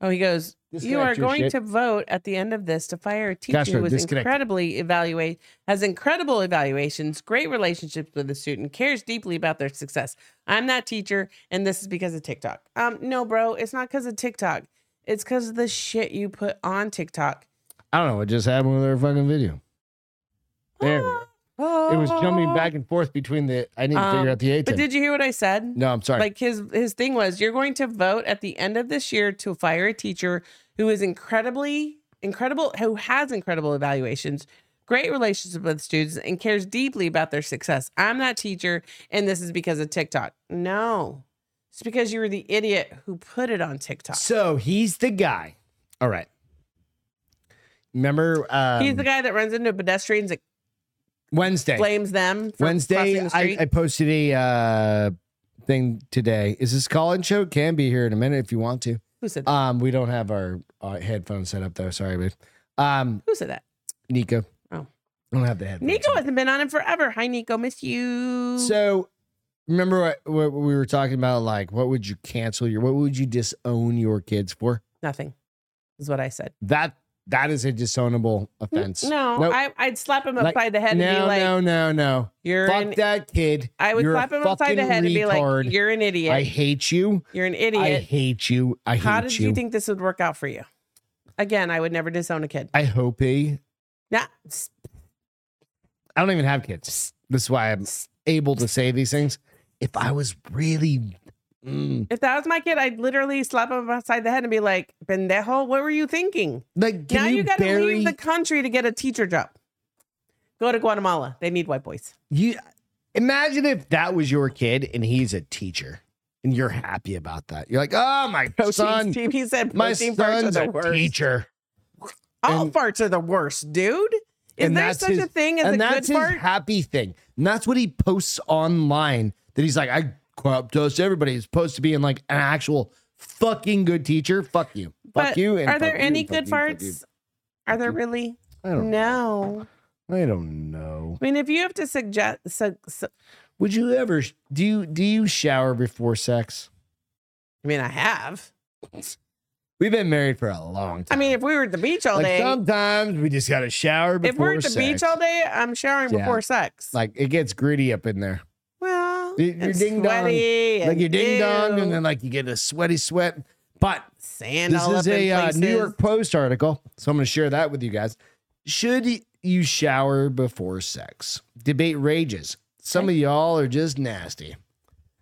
S3: Oh, he goes, You are
S2: Disconnect your
S3: going
S2: shit.
S3: to vote at the end of this to fire a teacher
S2: Castro,
S3: who is
S2: disconnect.
S3: incredibly evaluate has incredible evaluations, great relationships with the student, cares deeply about their success. I'm that teacher, and this is because of TikTok. Um, no, bro, it's not because of TikTok. It's because of the shit you put on TikTok.
S2: I don't know what just happened with our fucking video. There we go. It was jumping back and forth between the, I need to
S3: Um,
S2: figure out the A
S3: (laughs) But
S2: thing.
S3: did you hear what I said?
S2: No, I'm sorry.
S3: Like his his thing was, you're going to vote at the end of this year to fire a teacher who is incredibly incredible, who has incredible evaluations, great relationships with students, and cares deeply about their success. I'm that teacher, and this is because of TikTok. No, it's because you were the idiot who put it on TikTok.
S2: so he's the guy. All right. Remember um,
S3: He's the guy that runs into pedestrians that
S2: Wednesday.
S3: blames them. For
S2: Wednesday,
S3: crossing the
S2: I,
S3: street.
S2: I posted a uh, thing today. Is this call in show? Can be here in a minute if you want to.
S3: who said that?
S2: Um, we don't have our, uh headphones set up though. Sorry, babe. Um,
S3: who said that?
S2: Nico. I
S3: Oh.
S2: don't have the headphones.
S3: Nico
S2: set up.
S3: hasn't been on in forever. Hi, Nico. Miss you.
S2: So remember what, what we were talking about? Like, what would you cancel your? What would you disown your kids for?
S3: Nothing is what I said.
S2: That that is a disownable
S3: N-
S2: offense.
S3: No,
S2: Nope.
S3: I, I'd slap him
S2: Like,
S3: upside the head and be
S2: no,
S3: like,
S2: no, no, no.
S3: "You're
S2: Fuck
S3: an."
S2: that kid.
S3: I would
S2: You're a
S3: slap him upside the
S2: fucking
S3: head and be like,
S2: retard.
S3: "You're an idiot.
S2: I hate you.
S3: You're an
S2: I
S3: idiot.
S2: hate you. I
S3: How
S2: hate
S3: did you. think this would work out for you?" Again, I would never disown a kid.
S2: I hope he
S3: Yeah,
S2: I don't even have kids. This is why I'm able to say these things. If I was really, mm,
S3: if that was my kid, I'd literally slap him upside the head and be like, "Pendejo, what were you thinking?
S2: like, can
S3: now
S2: you,
S3: you, got to
S2: bury
S3: leave the country to get a teacher job. Go to Guatemala. They need white boys.
S2: you? Imagine if that was your kid and he's a teacher, and you're happy about that. You're like, oh my
S3: (laughs) Protein
S2: son,
S3: team. He said,
S2: my
S3: protein farts are
S2: son's
S3: the
S2: a
S3: worst.
S2: teacher,
S3: All
S2: and-
S3: farts are the worst, dude. Is
S2: And
S3: there
S2: that's
S3: such
S2: his-
S3: a thing as a
S2: and
S3: good
S2: that's his
S3: fart?
S2: happy thing. And that's what he posts online. That he's like, I crop toast everybody. He's supposed to be in like an actual fucking good teacher. Fuck you, fuck
S3: But
S2: you. and
S3: Are there
S2: fuck you,
S3: any
S2: and fuck
S3: good
S2: you, fuck you.
S3: farts? Are there really?
S2: I don't
S3: No.
S2: I don't know.
S3: I mean, if you have to suggest, su- su-
S2: Would you ever do you do you shower before sex?
S3: I mean, I have.
S2: We've been married for a long
S3: I
S2: time.
S3: mean, if we were at the beach all
S2: like
S3: day,
S2: sometimes we just gotta shower before
S3: if we're at the
S2: sex.
S3: beach all day, I'm showering
S2: Yeah.
S3: before sex.
S2: Like it gets gritty up in there.
S3: well,
S2: Y- your
S3: and
S2: ding dong,
S3: sweaty
S2: Like
S3: and
S2: you ding dong, and
S3: ew,
S2: then like you get a sweaty sweat. But
S3: sand
S2: this
S3: all
S2: is
S3: up
S2: a
S3: in
S2: uh,
S3: places.
S2: New York Post article, so I'm gonna share that with you guys. Should y- you shower before sex? Debate rages. Some of y'all are just nasty.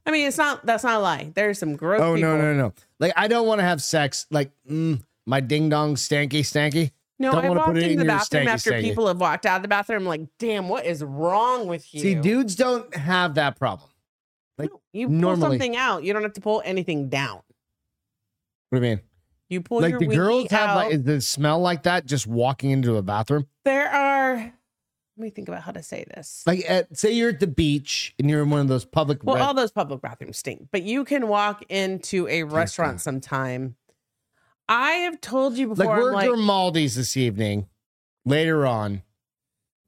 S3: I mean, it's not. That's not a lie. There's some gross.
S2: Oh
S3: people.
S2: no no no! Like I don't want to have sex. Like mm, my ding dong stanky stanky.
S3: No,
S2: Don't
S3: I
S2: wanna put
S3: walked
S2: it in
S3: into the
S2: your
S3: bathroom
S2: stanky
S3: after
S2: stanky.
S3: people have walked out of the bathroom. I'm like, damn, what is wrong with you?
S2: See, dudes don't have that problem. like,
S3: No, you pull
S2: normally-
S3: something out. You don't have to pull anything down.
S2: What do you mean?
S3: You pull
S2: like
S3: your
S2: the
S3: wiki
S2: girls have
S3: out.
S2: like the smell like that just walking into a bathroom.
S3: there are let me think about how to say this
S2: Like at, say you're at the beach and you're in one of those public.
S3: well
S2: re-
S3: all those public bathrooms stink but you can walk into a restaurant sometime I have told you before.
S2: like we're
S3: I'm
S2: at Grimaldi's this evening. Later on,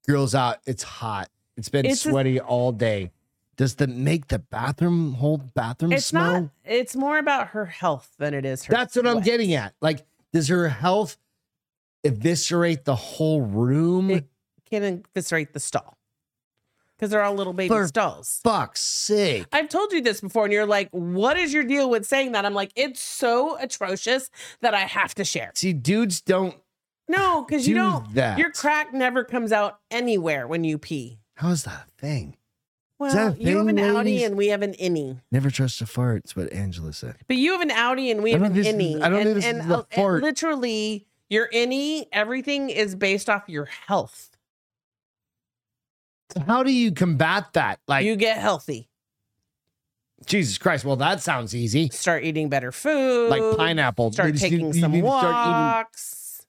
S2: girls out. It's hot. It's been
S3: It's a-
S2: sweaty all day. Does the make the bathroom hold bathroom
S3: it's
S2: smell?
S3: not. It's more about her health than it is her.
S2: That's what I'm
S3: sweat.
S2: getting at. Like, does her health eviscerate the whole room?
S3: It- Can eviscerate the stall because they're all little baby
S2: For-
S3: stalls.
S2: Fuck's sake.
S3: I've told you this before, and you're like, "What is your deal with saying that?" I'm like, "It's so atrocious that I have to share."
S2: See, dudes don't
S3: No, because you
S2: do
S3: don't.
S2: that.
S3: Your crack never comes out anywhere when you pee.
S2: How is that a thing? that
S3: Well,
S2: a
S3: you have
S2: thing,
S3: an
S2: ladies?
S3: outie and we have an innie.
S2: Never trust a fart. It's what Angela said.
S3: But you have an outie and we
S2: I
S3: have
S2: don't think
S3: an
S2: this
S3: innie.
S2: is- I don't
S3: and,
S2: think this
S3: and,
S2: is a
S3: uh, and
S2: fart.
S3: literally, your innie, everything is based off your health.
S2: How do you combat that? Like,
S3: you get healthy.
S2: Jesus Christ. Well, that sounds easy.
S3: Start eating better food.
S2: Like pineapple. You
S3: Start
S2: just-
S3: taking
S2: you
S3: some
S2: need to Start,
S3: walks.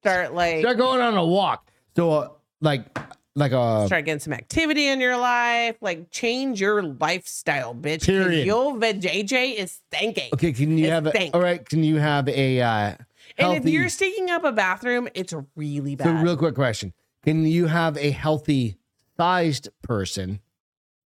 S3: Start, like
S2: eating,
S3: start,
S2: start going on a walk. So, uh, like, like uh, a
S3: getting some activity in your life. Like change your lifestyle, bitch. 'cause
S2: Period.
S3: Your vajayjay is stinking.
S2: okay. Can you
S3: It's
S2: have a,
S3: stank.
S2: all right? Can you have a uh,
S3: and
S2: healthy?
S3: if you're stinking up a bathroom, it's really bad.
S2: So, real quick question: Can you have a healthy sized person?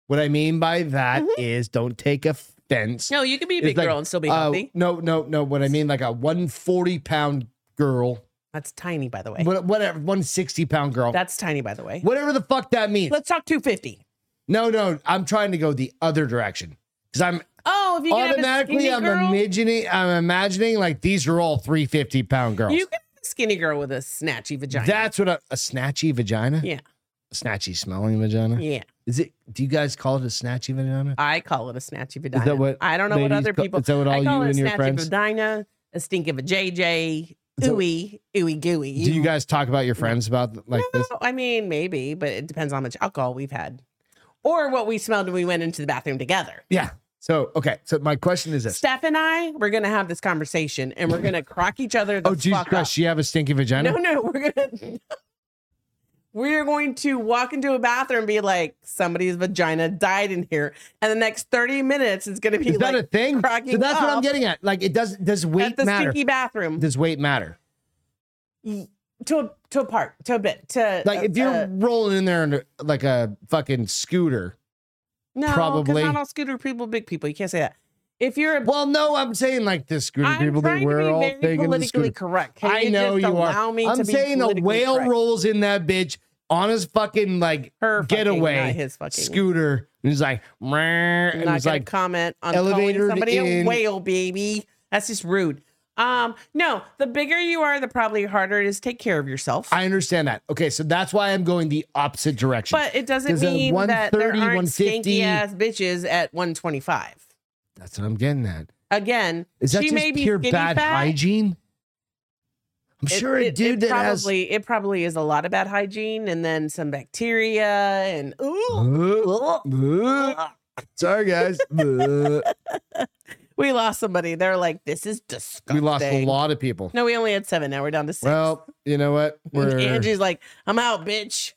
S2: What I mean by that
S3: Mhm.
S2: is don't take offense.
S3: no, you can be a
S2: It's
S3: big
S2: like,
S3: girl and still be
S2: Uh,
S3: healthy.
S2: no, no, no. What I mean, like a one forty pound girl,
S3: That's tiny, by the way.
S2: what, whatever, one sixty pound girl,
S3: That's tiny, by the way.
S2: whatever the fuck that means.
S3: Let's talk 250.
S2: No, no, I'm trying to go the other direction because I'm
S3: Oh, if you can
S2: automatically
S3: have
S2: I'm
S3: a skinny girl,
S2: imagining I'm imagining like these are all three fifty pound girls.
S3: you can have a skinny girl with a snatchy vagina.
S2: That's what a, a snatchy vagina.
S3: Yeah.
S2: A snatchy smelling vagina.
S3: yeah, Uh,
S2: Is it? Do you guys call it a snatchy vagina?
S3: I call it a snatchy vagina.
S2: Is that what?
S3: I don't know what
S2: ladies
S3: other
S2: ca-
S3: people.
S2: Is that what all
S3: I
S2: you
S3: call it
S2: and
S3: a
S2: your
S3: snatchy
S2: friends?
S3: vagina, a stink of a JJ,
S2: Is that-
S3: ooey, ooey gooey.
S2: Do you guys talk about your friends about like this?
S3: No, I mean, maybe, but it depends on how much alcohol we've had, or what we smelled when we went into the bathroom together.
S2: Yeah. So okay. So my question is this.
S3: Steph and I, we're gonna have this conversation, and we're gonna crock each other. The
S2: Oh Jesus
S3: fuck
S2: Christ!
S3: up.
S2: She have a stinky vagina.
S3: No, no, we're gonna (laughs) we're going to walk into a bathroom and be like, somebody's vagina died in here, and the next thirty minutes is gonna be
S2: is that
S3: like
S2: a thing? So
S3: cracking
S2: that's what I'm
S3: up
S2: getting at. Like it does. Does
S3: at
S2: weight
S3: the
S2: matter?
S3: stinky bathroom
S2: Does weight matter?
S3: to a, to a part to a bit to
S2: Like if you're
S3: uh,
S2: rolling in there in a- like a fucking scooter.
S3: no, 'cause
S2: probably-
S3: not all scooter people, are big people. You can't say that. If you're a
S2: Well, no, I'm saying like this scooter
S3: I'm
S2: people.
S3: trying
S2: That we're all
S3: to be very
S2: thinking the
S3: politically
S2: scooter.
S3: correct. Can
S2: I know
S3: just
S2: you
S3: allow
S2: are.
S3: Me
S2: I'm
S3: to be
S2: saying a
S3: politically
S2: whale
S3: correct?
S2: rolls in that bitch on his fucking like
S3: Her fucking,
S2: getaway
S3: not his fucking.
S2: scooter. And he's like, "Meh,"
S3: I'm
S2: and
S3: not
S2: it's
S3: gonna
S2: like,
S3: comment on
S2: elevator
S3: calling somebody a
S2: in-
S3: whale, baby. That's just rude. Um, no, the bigger you are, the probably harder it is to take care of yourself.
S2: I understand that. Okay, so that's why I'm going the opposite direction.
S3: but it doesn't
S2: Does a
S3: mean that
S2: 130,
S3: there aren't
S2: 150
S3: stinky ass bitches at 125.
S2: that's what I'm getting at.
S3: Again,
S2: Is that
S3: she
S2: just
S3: may be
S2: pure
S3: skinny
S2: bad
S3: fat.
S2: hygiene? I'm
S3: It-
S2: sure
S3: it,
S2: a dude
S3: it
S2: that has.
S3: probably it probably is a lot of bad hygiene and then some bacteria and
S2: Uh-huh.
S3: ooh,
S2: (laughs) Sorry,
S3: (laughs)
S2: guys. we
S3: we lost somebody. They're like, this is disgusting.
S2: lost a lot of people.
S3: No, we only had seven. Now we're down to six.
S2: Well, you know what?
S3: And
S2: We're
S3: Angie's like, I'm out, bitch.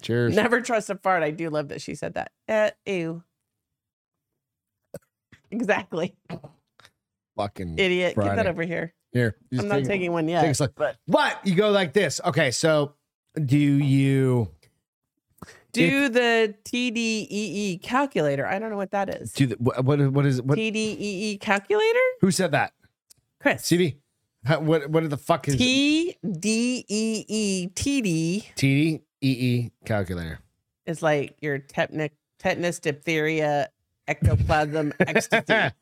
S2: cheers.
S3: Never trust a fart. I do love that she said that. Uh, ew. (laughs) Exactly.
S2: Fucking
S3: Idiot. Get that
S2: Mm, Friday.
S3: over here.
S2: here. just
S3: I'm not
S2: take it.
S3: taking one
S2: Take a
S3: yet.
S2: slice.
S3: But
S2: But you go like this. Okay, so do you
S3: do the TDEE E calculator. I don't know what that is.
S2: do the, wha- what? What is what?
S3: TDEE E calculator?
S2: Who said that?
S3: Chris.
S2: CB. How- What? What the fuck is
S3: E TDEE TD
S2: TD EE E calculator?
S3: is like your tetanic, tetanus, diphtheria,
S2: (laughs)
S3: ectoplasm, ecstasy.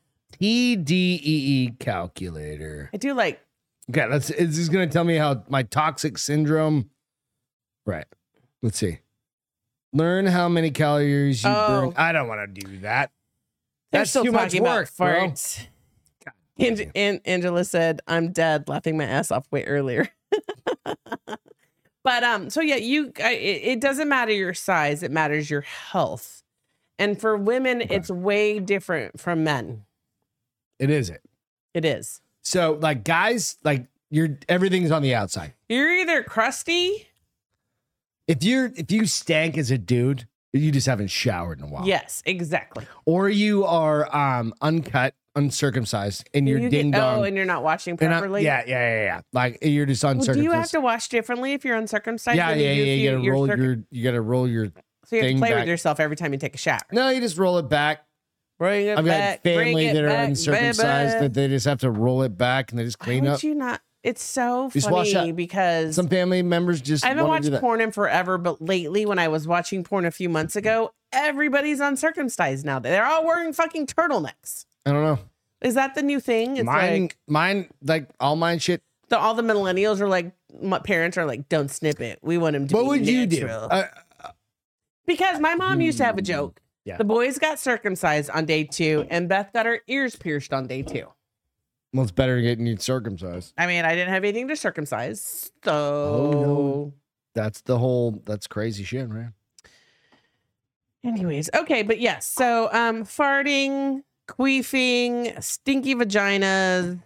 S2: TDEE E calculator.
S3: I do like
S2: Okay, let's. Is this going to tell me how my toxic syndrome? Right. Let's see. Learn how many calories you
S3: Oh.
S2: burn. I don't want to do that.
S3: They're
S2: That's
S3: still
S2: too much
S3: talking about
S2: work, bro.
S3: farts. Ange- An- Angela said, "I'm dead," laughing my ass off way earlier. (laughs) but um, so yeah, you I, it, it doesn't matter your size; it matters your health. And for women,
S2: Okay.
S3: it's way different from men.
S2: It is it.
S3: It is.
S2: So like guys, like you're everything's on the outside.
S3: You're either crusty.
S2: If you're if you stank as a dude, You just haven't showered in a while.
S3: Yes, exactly.
S2: Or you are um uncut, uncircumcised, and you're
S3: You get-
S2: ding dong.
S3: Oh, and you're not washing
S2: and I'm-
S3: properly.
S2: yeah, yeah, yeah, yeah. Like you're just
S3: Well, do
S2: uncircumcised.
S3: you have to wash differently if you're uncircumcised?
S2: yeah,
S3: than you
S2: yeah,
S3: do
S2: yeah.
S3: if
S2: You gotta
S3: you're
S2: roll
S3: circum-
S2: your. You gotta roll your.
S3: So you have
S2: thing
S3: to play
S2: back.
S3: with yourself every time you take a shower.
S2: No, you just roll it back.
S3: Bring it
S2: I've got
S3: back.
S2: family that are uncircumcised that
S3: Baby.
S2: they just have to roll it back and they just
S3: Why
S2: clean
S3: would
S2: up.
S3: you not? It's so
S2: Just wash
S3: funny
S2: up.
S3: because
S2: Some family members just
S3: I
S2: want
S3: haven't
S2: to
S3: watched
S2: do that.
S3: porn in forever, but lately when I was watching porn a few months ago, everybody's uncircumcised now. They're all wearing fucking turtlenecks.
S2: I don't know.
S3: Is that the new thing? It's
S2: mine,
S3: like
S2: mine, like all mine shit.
S3: the, all the millennials are like, my parents are like, don't snip it. We want him to
S2: What
S3: be
S2: would you do?
S3: natural."
S2: Uh,
S3: Because my mom used to have a
S2: Mm,
S3: joke.
S2: yeah.
S3: The boys got circumcised on day two, and Beth got her ears pierced on day two.
S2: well, it's better than getting you circumcised.
S3: I mean, I didn't have anything to circumcise, so
S2: Oh, That's the whole. That's crazy shit, man.
S3: Anyways, okay, but yes, so um farting, queefing, stinky vaginas,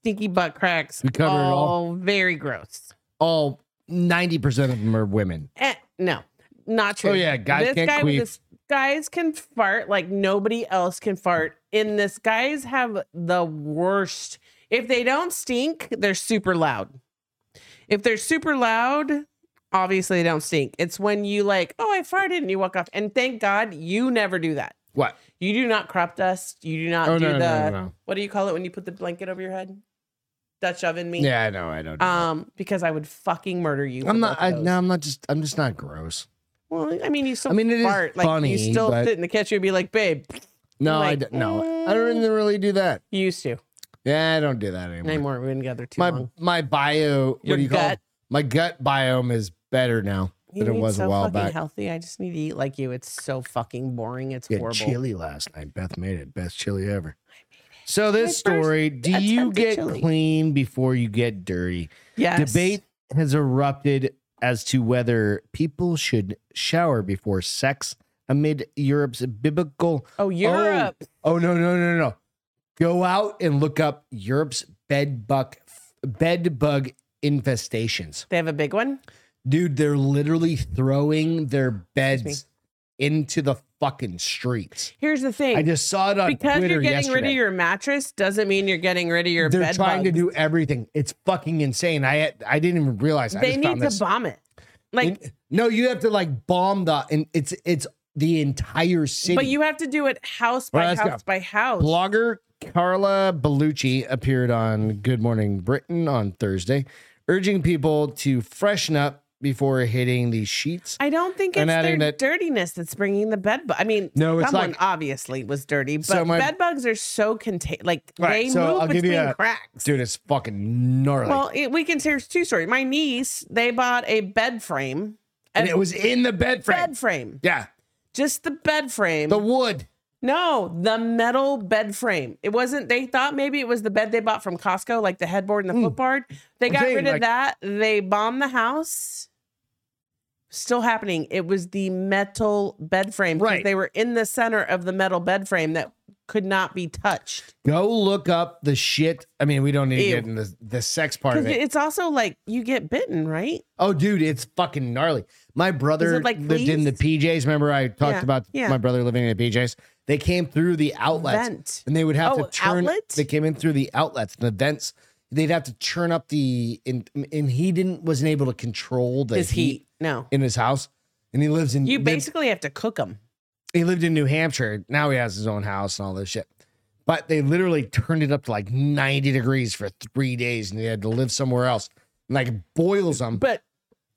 S3: stinky butt cracks,
S2: We covered it all.
S3: very gross.
S2: All ninety percent of them are women.
S3: Eh, no, not true.
S2: Oh yeah, guys
S3: this
S2: can't
S3: guy
S2: queef.
S3: with this guys can fart like nobody else can fart in this. Guys have the worst. If they don't stink, they're super loud. If they're super loud, obviously they don't stink. It's when you like, oh, I farted and you walk off. And thank God you never do that.
S2: what?
S3: You do not crop dust. You do not
S2: Oh
S3: do
S2: no, no,
S3: the
S2: no, no, no.
S3: what do you call it when you put the blanket over your head? Dutch oven me.
S2: Yeah, I know. I don't. know.
S3: Um, because I would fucking murder you. for
S2: I'm not.
S3: both
S2: I,
S3: of those.
S2: no, I'm not just. I'm just not gross.
S3: Well, I mean, you still
S2: I mean, it is
S3: fart. Like
S2: funny,
S3: you still
S2: but-
S3: sit in the kitchen and be like, "Babe,
S2: No, I
S3: Like,
S2: d- no. I don't really do that.
S3: you used to."
S2: Yeah, I don't do that anymore.
S3: Anymore, we've been together too
S2: my
S3: long.
S2: my bio.
S3: Your
S2: what do you call
S3: gut.
S2: it? My gut biome is better now
S3: You
S2: than it
S3: eat
S2: was
S3: so
S2: a while
S3: fucking
S2: back.
S3: healthy. I just need to eat like you. It's so fucking boring. It's
S2: Yeah,
S3: horrible.
S2: chili last night. Beth made it. Best chili ever. So this
S3: My first
S2: story, do you
S3: attempt at
S2: get
S3: chili.
S2: clean before you get dirty?
S3: Yes.
S2: Debate has erupted as to whether people should shower before sex amid Europe's biblical
S3: Oh, Europe.
S2: Oh no, no, no, no. Go out and look up Europe's bed bug bed bug infestations.
S3: They have a big one.
S2: Dude, they're literally throwing their
S3: me.
S2: beds into the fucking streets.
S3: Here's the thing.
S2: I just saw it on
S3: because
S2: Twitter
S3: you're getting
S2: yesterday.
S3: rid of your mattress doesn't mean you're getting rid of your
S2: They're
S3: bed
S2: trying to
S3: bugs.
S2: do everything. It's fucking insane. I had, I didn't even realize. I
S3: They
S2: just
S3: need
S2: found
S3: to
S2: this.
S3: bomb it. Like,
S2: And- no, you have to like bomb the and it's it's the entire city.
S3: but you have to do it house
S2: Well,
S3: by
S2: let's go.
S3: house by house.
S2: Blogger Carla Bellucci appeared on Good Morning Britain on Thursday, urging people to freshen up before hitting these sheets.
S3: I don't think it's
S2: And
S3: their
S2: adding that-
S3: dirtiness that's bringing the bed. Bu- I mean,
S2: No, it's
S3: someone
S2: like-
S3: obviously was dirty, but
S2: So my-
S3: bed bugs are so contain like
S2: Right,
S3: they
S2: so
S3: move
S2: I'll give you
S3: between
S2: a-
S3: cracks.
S2: Dude, it's fucking gnarly.
S3: well, it, we can here's two stories. My niece, they bought a bed frame,
S2: and
S3: a
S2: it was in the bed frame.
S3: bed frame,
S2: Yeah,
S3: just the bed frame.
S2: the wood.
S3: no, the metal bed frame. It wasn't. They thought maybe it was the bed they bought from Costco, like the headboard and the footboard. They
S2: I'm
S3: got
S2: saying,
S3: rid of
S2: Hmm. like-
S3: that. They bombed the house. Still happening. It was the metal bed frame. 'cause
S2: Right.
S3: They were in the center of the metal bed frame that could not be touched.
S2: Go look up the shit. I mean, we don't need to
S3: Ew.
S2: get into the, the sex part
S3: Because
S2: of it.
S3: (laughs) it's also like you get bitten, right?
S2: Oh, dude, it's fucking gnarly. My brother
S3: like
S2: lived in the PJs. Remember, I talked
S3: Yeah,
S2: about
S3: yeah.
S2: my brother living in the PJs. They came through the outlets,
S3: Vent.
S2: and they would have
S3: Oh,
S2: to turn.
S3: outlet?
S2: They came in through the outlets, the vents. They'd have to turn up the and, and he didn't wasn't able to control the
S3: Is
S2: heat,
S3: heat. No.
S2: in his house, and he lives in
S3: You
S2: lived-
S3: basically have to cook them.
S2: he lived in New Hampshire. Now he has his own house and all this shit. But they literally turned it up to like 90 degrees for three days and he had to live somewhere else. And like it boils him.
S3: But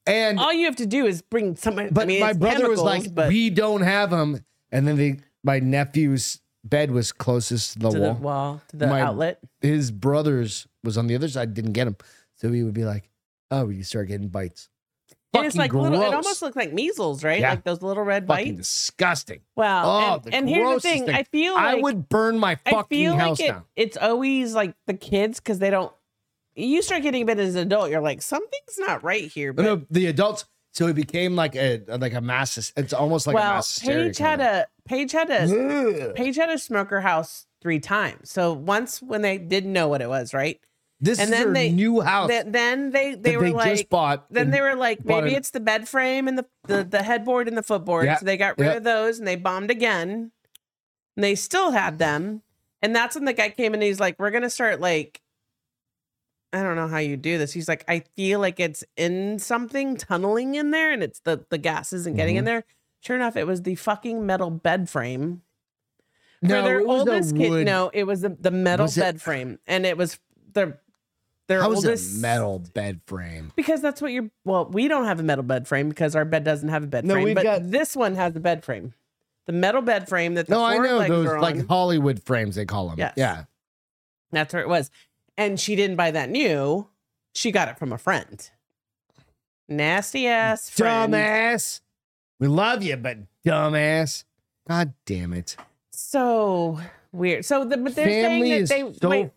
S2: And
S3: all you have to do is bring somebody.
S2: but
S3: I mean,
S2: my
S3: it's
S2: brother was
S3: chemicals,
S2: like,
S3: but
S2: we don't have them. And then they, my nephew's bed was closest to the
S3: to
S2: wall.
S3: the wall, to the
S2: My-
S3: outlet.
S2: His brother's was on the other side, didn't get him. So he would be like, oh, you start getting bites.
S3: And it's
S2: Fucking
S3: like little,
S2: gross.
S3: it almost looked like measles, right?
S2: Yeah.
S3: Like those little red
S2: fucking
S3: bites.
S2: disgusting. Oh,
S3: Wow.
S2: the
S3: and and here's the
S2: grossest
S3: thing.
S2: thing.
S3: I feel like
S2: I would burn my
S3: I
S2: fucking
S3: feel
S2: house
S3: like it,
S2: down.
S3: it's always like the kids because they don't. You start getting a bit as an adult, you're like something's not right here. But
S2: No, no, the adults. So it became like a like a mass. hys- It's almost like a
S3: well,
S2: mass hysteria
S3: Paige had
S2: kind
S3: a Paige had a
S2: of- Ugh.
S3: Paige had a smoker house three times. So once when they didn't know what it was, right?
S2: This
S3: And
S2: is
S3: then
S2: her
S3: they-
S2: new house
S3: Th- then they they
S2: that
S3: were
S2: they
S3: like
S2: just bought.
S3: then they were like
S2: bought
S3: maybe
S2: an-
S3: it's the bed frame and the the, the headboard and the footboard
S2: Yeah,
S3: so they got rid
S2: yeah.
S3: of those and they bombed again and they still had them and that's when the guy came and he's like we're gonna start like i don't know how you do this he's like i feel like it's in something tunneling in there and it's the the gas isn't getting
S2: Mm-hmm.
S3: in there sure enough it was the fucking metal bed frame for
S2: no,
S3: their
S2: it was a
S3: oldest kid
S2: wood-
S3: no it was the, the metal
S2: Was it-
S3: bed frame and it was their their
S2: How was
S3: oldest
S2: a metal bed frame?
S3: because that's what you're. Well, we don't have a metal bed frame because our bed doesn't have a bed
S2: No,
S3: frame.
S2: we've
S3: but
S2: got-
S3: this one has a bed frame, the metal bed frame that the
S2: No, I
S3: four
S2: know
S3: legs
S2: those
S3: are
S2: like
S3: on.
S2: Hollywood frames they call them.
S3: Yes.
S2: Yeah,
S3: That's where it was, and she didn't buy that new. She got it from a friend. Nasty ass friend.
S2: dumbass. We love you, but dumbass. God damn it.
S3: So weird. So the, but they're
S2: Family
S3: saying
S2: is
S3: that they
S2: so
S3: wait, they-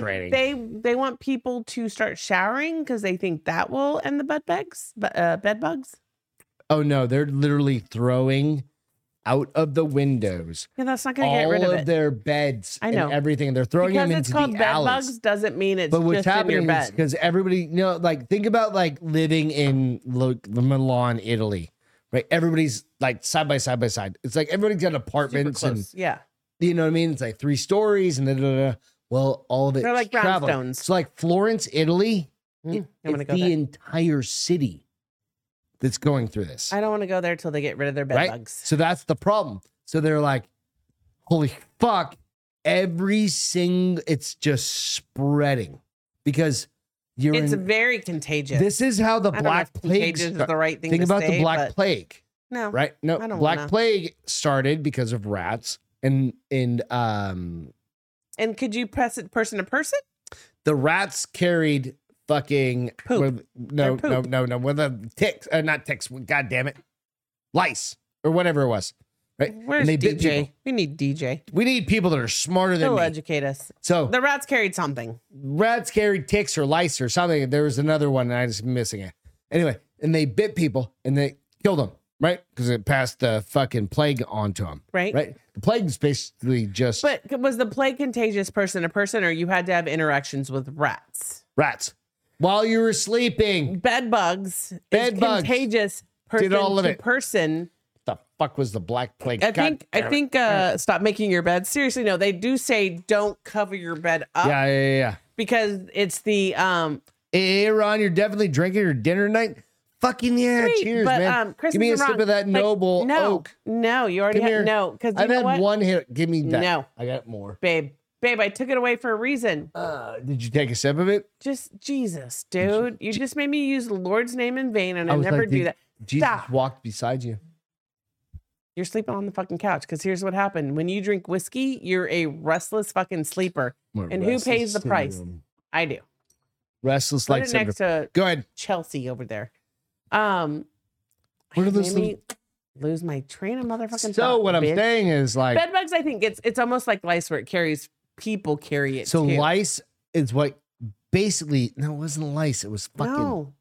S2: frustrating.
S3: they, they want people to start showering because they think that will end the bed bugs. bu- Uh, bed bugs.
S2: Oh no, they're literally throwing out of the windows
S3: Yeah, that's not going to get
S2: all
S3: rid of
S2: of,
S3: it.
S2: their beds
S3: I know.
S2: and everything. They're throwing
S3: because
S2: them
S3: it's
S2: into
S3: called
S2: the
S3: bed
S2: alleys.
S3: bugs doesn't mean it's
S2: but what's
S3: just in your
S2: happening is
S3: bed.
S2: because everybody, you know, like think about like living in like Milan, Italy, right? Everybody's like side by side by side. It's like everybody's got apartments and
S3: Yeah.
S2: you know what I mean? It's like three stories and da, da, da, da. well, all of it.
S3: They're like brownstones.
S2: So like Florence, Italy,
S3: Mm,
S2: it-
S3: I'm gonna
S2: Hmm, it's
S3: go
S2: the
S3: there.
S2: entire city that's going through this.
S3: I don't want to go there till they get rid of their bed bugs.
S2: So that's the problem. So they're like, holy fuck, every single, it's just spreading because you're
S3: It's
S2: in.
S3: very contagious.
S2: This is how the
S3: I don't know
S2: Black
S3: if
S2: Plague.
S3: contagious
S2: sta-
S3: is the right thing
S2: Think
S3: to
S2: about
S3: say,
S2: the Black
S3: but
S2: Plague,
S3: No.
S2: right? No,
S3: I don't
S2: Black
S3: wanna.
S2: Plague started because of rats and and um
S3: And could you press it person to person?
S2: the rats carried fucking
S3: Poop.
S2: with- no,
S3: Their
S2: no,
S3: poop.
S2: no, no, with the ticks, uh, not ticks. God damn it, lice or whatever it was. Right? And
S3: Where's
S2: they bit
S3: DJ?
S2: people.
S3: We need DJ.
S2: We need people that are smarter than
S3: He'll
S2: me.
S3: educate us.
S2: So
S3: The rats carried something.
S2: rats carried ticks or lice or something. There was another one, and I just missing it. Anyway, and they bit people and they killed them, right? Because it passed the fucking plague onto them,
S3: Right.
S2: right? The plague's basically just
S3: But c- was the plague contagious person to person, or you had to have interactions with rats?
S2: rats. While you were sleeping,
S3: Bed bugs.
S2: Bed
S3: is
S2: bugs.
S3: Contagious person
S2: all of
S3: to
S2: it.
S3: person.
S2: the fuck was the black plague?
S3: I
S2: God
S3: think I
S2: damn it.
S3: think uh stop making your bed. Seriously, no, they do say don't cover your bed up
S2: Yeah, yeah, yeah, yeah.
S3: because it's the um
S2: Hey, Ron, you're definitely drinking your dinner tonight. Fucking yeah,
S3: Sweet,
S2: cheers,
S3: but,
S2: man.
S3: um, Chris
S2: Give me a
S3: isn't
S2: sip
S3: wrong.
S2: of that
S3: like,
S2: noble
S3: no,
S2: oak.
S3: No, you already
S2: Come
S3: had
S2: here.
S3: no, because you
S2: I've
S3: know
S2: had
S3: what?
S2: one hit. Give me that.
S3: No.
S2: I got more.
S3: Babe, babe, I took it away for a reason.
S2: Uh, did you take a sip of it?
S3: Just Jesus, dude. You just made me use the Lord's name in vain and
S2: I
S3: I,
S2: was
S3: never
S2: like,
S3: do
S2: dude.
S3: that.
S2: Jesus
S3: Stop.
S2: walked beside you.
S3: You're sleeping on the fucking couch because here's what happened. When you drink whiskey, you're a restless fucking sleeper. And who pays the price? I do.
S2: Restless
S3: Put
S2: like
S3: it
S2: syndrome.
S3: next to
S2: Go ahead.
S3: Chelsea over there. Um,
S2: What are those
S3: made me lose my train of motherfucking.
S2: So
S3: thought,
S2: what I'm
S3: bitch.
S2: saying is like,
S3: bed bugs. I think it's it's almost like lice where it carries people carry it.
S2: so
S3: too.
S2: lice is what basically. No, it wasn't lice. It was fucking.
S3: No,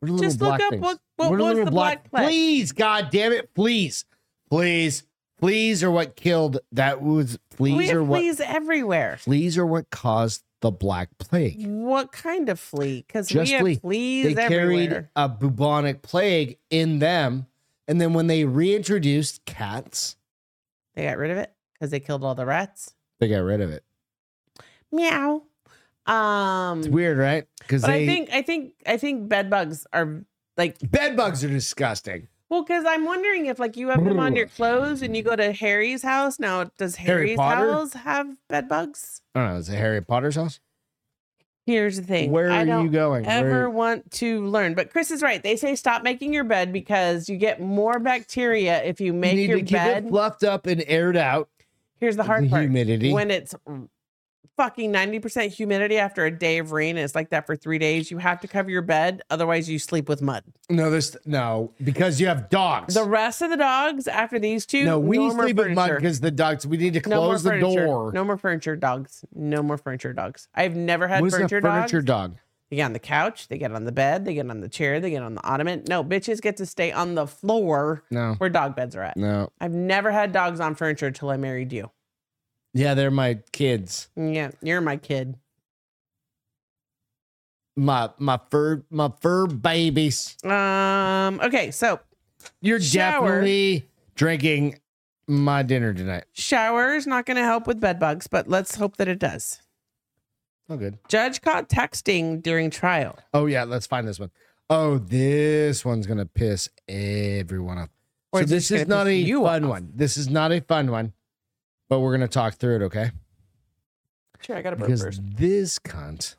S2: What are the
S3: Just
S2: little
S3: look
S2: black
S3: up
S2: things?
S3: what- what
S2: are
S3: was
S2: little
S3: the black plague?
S2: Please, god damn it, please, please, please, are what killed that was
S3: we
S2: fleas
S3: have
S2: are what
S3: fleas everywhere.
S2: fleas are what caused the black plague.
S3: What kind of flea? Because we
S2: Just
S3: have
S2: flea.
S3: fleas
S2: They
S3: everywhere.
S2: carried a bubonic plague in them, and then when they reintroduced cats,
S3: They got rid of it because they killed all the rats.
S2: they got rid of it.
S3: Meow. Um,
S2: It's weird, right? Because
S3: but
S2: they
S3: I think I think I think bed bugs are like
S2: bed bugs are disgusting.
S3: Well, because I'm wondering if like you have them on your clothes and you go to Harry's house now. Does
S2: Harry
S3: Harry's
S2: Potter?
S3: house have bed bugs?
S2: I don't know. Is it Harry Potter's house?
S3: Here's the thing.
S2: Where
S3: I
S2: are
S3: don't
S2: you going?
S3: ever
S2: Where-
S3: want to learn. But Chris is right. They say stop making your bed because you get more bacteria if you make
S2: you need
S3: your
S2: to keep it
S3: bed.
S2: fluffed up and aired out.
S3: Here's the hard
S2: the
S3: part.
S2: humidity.
S3: When it's fucking 90% humidity after a day of rain, and it's like that for three days. You have to cover your bed, otherwise you sleep with mud.
S2: No, this no, because you have dogs.
S3: The rest of the dogs after these two,
S2: no, we
S3: normal
S2: sleep in mud
S3: furniture.
S2: because the dogs. We need to
S3: No more
S2: close the
S3: furniture.
S2: door.
S3: No more furniture dogs. No more furniture dogs. I've never had
S2: what is a
S3: furniture,
S2: furniture
S3: dogs.
S2: dog?
S3: They get on the couch, they get on the bed, they get on the chair, they get on the ottoman. No, bitches get to stay on the floor
S2: No,
S3: where dog beds are at.
S2: no.
S3: I've never had dogs on furniture till I married you.
S2: Yeah, they're my kids.
S3: Yeah, you're my kid.
S2: my my fur my fur babies.
S3: Um. Okay. So
S2: You're
S3: Shower.
S2: definitely drinking my dinner tonight.
S3: shower is not going to help with bed bugs, but let's hope that it does.
S2: Oh good.
S3: Judge caught texting during trial.
S2: Oh yeah, let's find this one. Oh, this one's gonna piss everyone off.
S3: Or
S2: so
S3: is
S2: this
S3: this
S2: is
S3: gonna
S2: not a
S3: piss you
S2: fun
S3: off?
S2: one. This is not a fun one, but we're gonna talk through it, okay?
S3: Sure, I got a burp
S2: Because
S3: first.
S2: this cunt.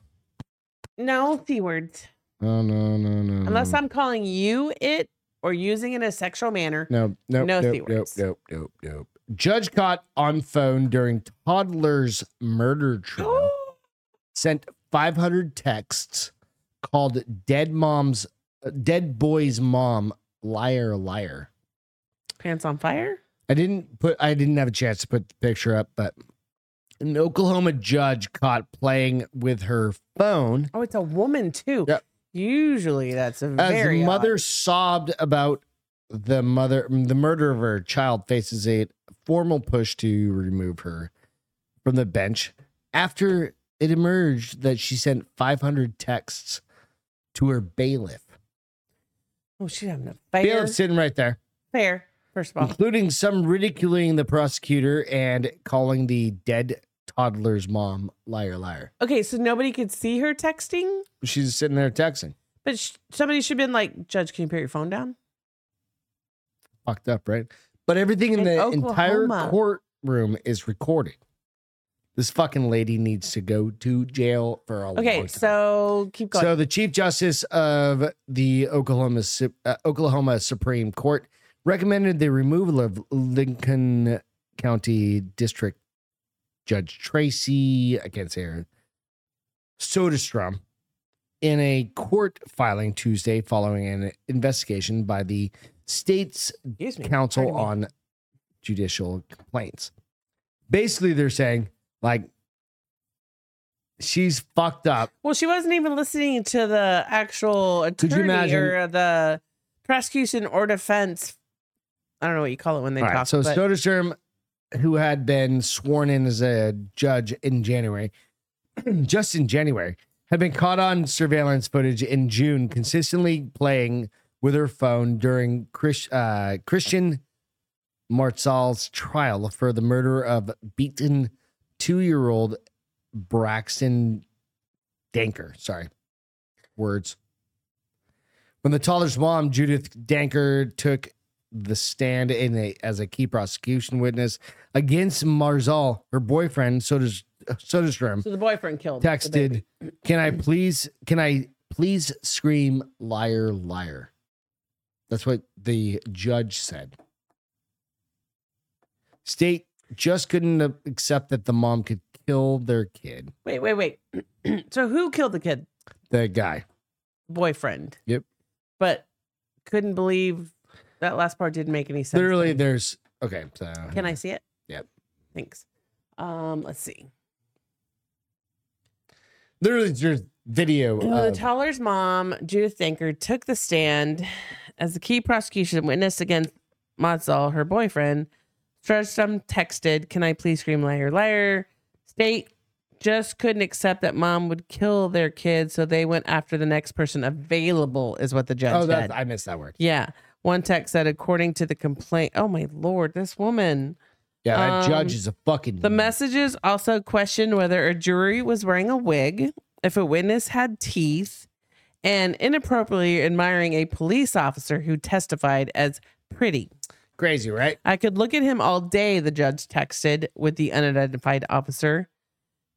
S3: No c words,
S2: Oh no no no.
S3: unless
S2: no.
S3: I'm calling you it or using it in a sexual manner.
S2: No, no,
S3: No
S2: no, nope, nope,
S3: C-words.
S2: nope, nope, nope. Judge caught on phone during toddler's murder
S3: Oh.
S2: trial, sent 500 texts, called dead mom's, uh, dead boy's mom, liar, liar.
S3: Pants on fire.
S2: I didn't put, I didn't have a chance to put the picture up, but an Oklahoma judge caught playing with her phone
S3: Oh, it's a woman too.
S2: Yep.
S3: Usually, that's a
S2: As
S3: very
S2: the
S3: odd-
S2: mother sobbed about the mother, the murder of her child faces a formal push to remove her from the bench after it emerged that she sent 500 texts to her bailiff.
S3: Oh, she's having a fair.
S2: Bailiff sitting right there,
S3: Fair. First of all,
S2: including some ridiculing the prosecutor and calling the dead toddler's mom liar, liar.
S3: okay, so nobody could see her texting,
S2: She's sitting there texting,
S3: but sh- somebody should have been like, "Judge, can you put your phone down?"
S2: fucked up, right? But everything in,
S3: In
S2: the entire
S3: Oklahoma.
S2: courtroom is recorded. This fucking lady needs to go to jail for a long
S3: Okay,
S2: time.
S3: so keep going.
S2: Oh So the Chief Justice of the Oklahoma Sup- uh, Oklahoma Supreme Court recommended the removal of Lincoln County District Judge Tracy, I can't say her, Soderstrom, in a court filing Tuesday following an investigation by the state's
S3: Excuse me.
S2: counsel
S3: Pardon me.
S2: on judicial complaints. Basically, they're saying like she's fucked up.
S3: Well, she wasn't even listening to the actual
S2: you
S3: attorney
S2: imagine-
S3: or the prosecution or defense. I don't know what you call it when they
S2: All
S3: talk.
S2: right, so
S3: but
S2: Soderstrom, who had been sworn in as a judge in January, (clears throat) just in January, had been caught on surveillance footage in June, consistently playing with her phone during Chris, uh, Christian Marzal's trial for the murder of beaten two-year-old Braxton Danker. Sorry, words. When the toddler's mom, Judith Danker, took the stand in a as a key prosecution witness against Marzal, her boyfriend Soder- Soderstrom,
S3: So the boyfriend killed. the baby.
S2: texted, "Can I please? Can I please scream liar, liar?" That's what the judge said. State just couldn't accept that the mom could kill their kid.
S3: Wait, wait, wait. (clears throat) so who killed the kid?
S2: The guy,
S3: Boyfriend.
S2: Yep.
S3: But couldn't believe that last part didn't make any sense.
S2: literally, there's okay. So
S3: Can I see it?
S2: Yep.
S3: Thanks. Um, let's see.
S2: Literally, there's video.
S3: Uh,
S2: of-
S3: Toller's mom, Judith Thanker, took the stand as the key prosecution witness against Matzal, her boyfriend. Stretchum texted, Can I please scream liar, liar? State just couldn't accept that mom would kill their kid, so they went after the next person available, is what the judge
S2: oh,
S3: said.
S2: that, I missed that word.
S3: yeah. One text said, according to the complaint, oh my lord, this woman.
S2: Yeah, that
S3: Um,
S2: judge is a fucking
S3: The messages also questioned whether a jury was wearing a wig, if a witness had teeth, and inappropriately admiring a police officer who testified as pretty.
S2: crazy, right?
S3: I could look at him all day, the judge texted with the unidentified officer.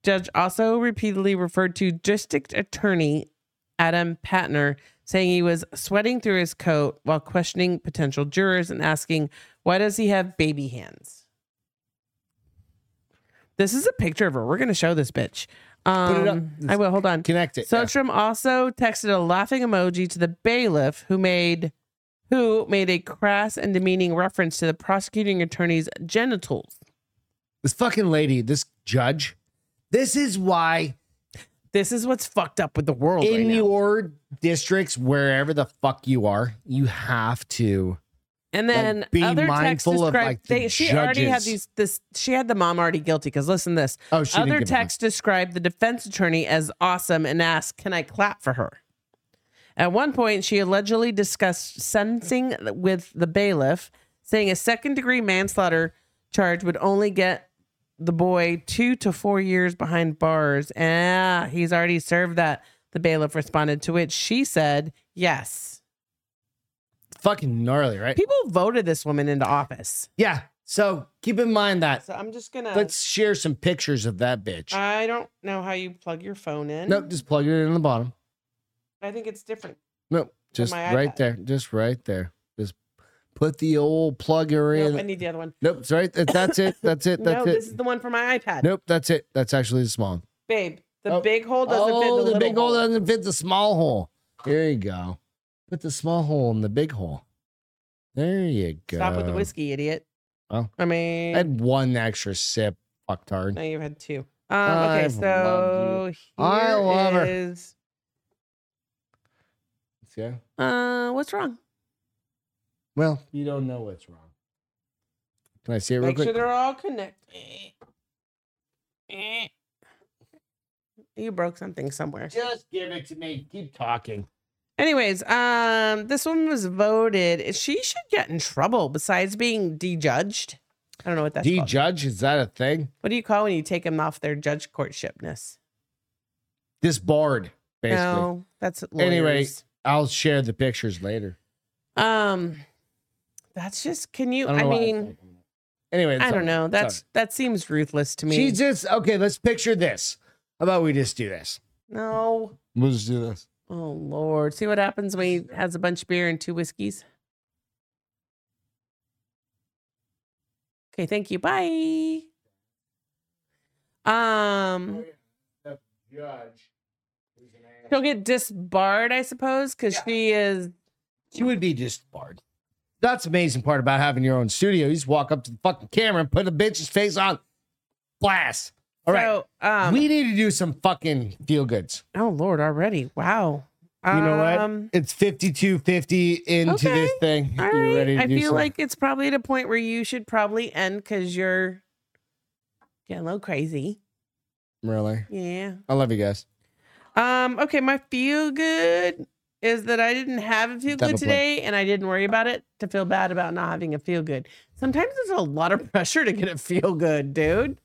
S3: Judge also repeatedly referred to District Attorney Adam Patner, saying he was sweating through his coat while questioning potential jurors and asking, Why does he have baby hands? This is a picture of her. We're going to show this bitch. Um,
S2: it up.
S3: I will. Hold on.
S2: Connect it. yeah.
S3: Sotrum also texted a laughing emoji to the bailiff who made who made a crass and demeaning reference to the prosecuting attorney's genitals.
S2: This fucking lady, this judge, this is why
S3: This is what's fucked up with the world right
S2: in
S3: now.
S2: your districts, wherever the fuck you are, you have to
S3: And then
S2: being
S3: other texts
S2: mindful of,
S3: described
S2: like, the
S3: they, she already had
S2: judges.
S3: these this she had the mom already guilty because listen to this.
S2: Oh, she
S3: other
S2: didn't give a
S3: texts described the defense attorney as awesome and asked, Can I clap for her? At one point, she allegedly discussed sentencing with the bailiff, saying a second degree manslaughter charge would only get the boy two to four years behind bars. Ah, he's already served that. The bailiff responded, to which she said, Yes.
S2: damn. fucking gnarly, right?
S3: People voted this woman into office.
S2: Yeah. So keep in mind that.
S3: So I'm just going to.
S2: Let's share some pictures of that bitch.
S3: I don't know how you plug your phone in.
S2: nope, just plug it in the bottom.
S3: I think it's different.
S2: Nope, just
S3: my
S2: right
S3: iPad.
S2: there. Just right there. Just put the old plugger
S3: Nope,
S2: in.
S3: I need the other one.
S2: Nope, it's right. that- That's it. That's it.
S3: (laughs) No,
S2: That's it.
S3: this is the one for my iPad.
S2: Nope, that's it. That's actually the small. one.
S3: Babe, the
S2: Oh.
S3: big hole doesn't fit
S2: Oh,
S3: in the,
S2: the, big hole
S3: hole.
S2: doesn't fit the small hole. There you go. Put the small hole in the big hole. There you go.
S3: Stop with the whiskey, idiot.
S2: Oh.
S3: I
S2: I
S3: mean,
S2: had one extra sip, fucktard.
S3: now you've had two. Um, okay,
S2: I've
S3: so
S2: loved
S3: here
S2: I love her.
S3: is-
S2: Yeah.
S3: uh, what's wrong?
S2: Well, you don't know what's wrong. Can I see it real
S3: Make
S2: quick?
S3: sure they're all connected. Eh. You broke something somewhere.
S2: Just give it to me. Keep talking.
S3: Anyways, um, this woman was voted. She should get in trouble. Besides being dejudged, I don't know what that's.
S2: D
S3: called.
S2: judge, is that a thing?
S3: What do you call when you take them off their judge courtshipness?
S2: Disbarred, basically.
S3: No, that's lawyers.
S2: Anyway. I'll share the pictures later.
S3: Um, that's just. Can you? I,
S2: know why
S3: mean,
S2: it's like- anyway, it's
S3: I
S2: all-
S3: don't know. That's
S2: Sorry.
S3: that seems ruthless to me.
S2: She just okay. Let's picture this. How about we just do this?
S3: No.
S2: We'll just do this.
S3: Oh Lord. See what happens when he has a bunch of beer and two whiskeys. Okay. Thank you. Bye. Um.
S2: Judge.
S3: She'll get disbarred, I suppose, because
S2: Yeah.
S3: she is.
S2: She would be disbarred. That's the amazing part about having your own studio. You just walk up to the fucking camera and put a bitch's face on blast. All right,
S3: so, Um,
S2: we need to do some fucking feel goods.
S3: oh Lord, already. Wow.
S2: You know what?
S3: Um,
S2: It's fifty two fifty into
S3: Okay.
S2: this thing.
S3: All
S2: you
S3: right.
S2: ready to
S3: I
S2: do
S3: feel
S2: some-
S3: like it's probably at a point where you should probably end because you're getting a little crazy.
S2: really?
S3: Yeah.
S2: I love you guys.
S3: Um. Okay. My feel good is that I didn't have a feel
S2: Double plug.
S3: good today, and I didn't worry about it to feel bad about not having a feel good. Sometimes there's a lot of (laughs) pressure to get a feel good, dude.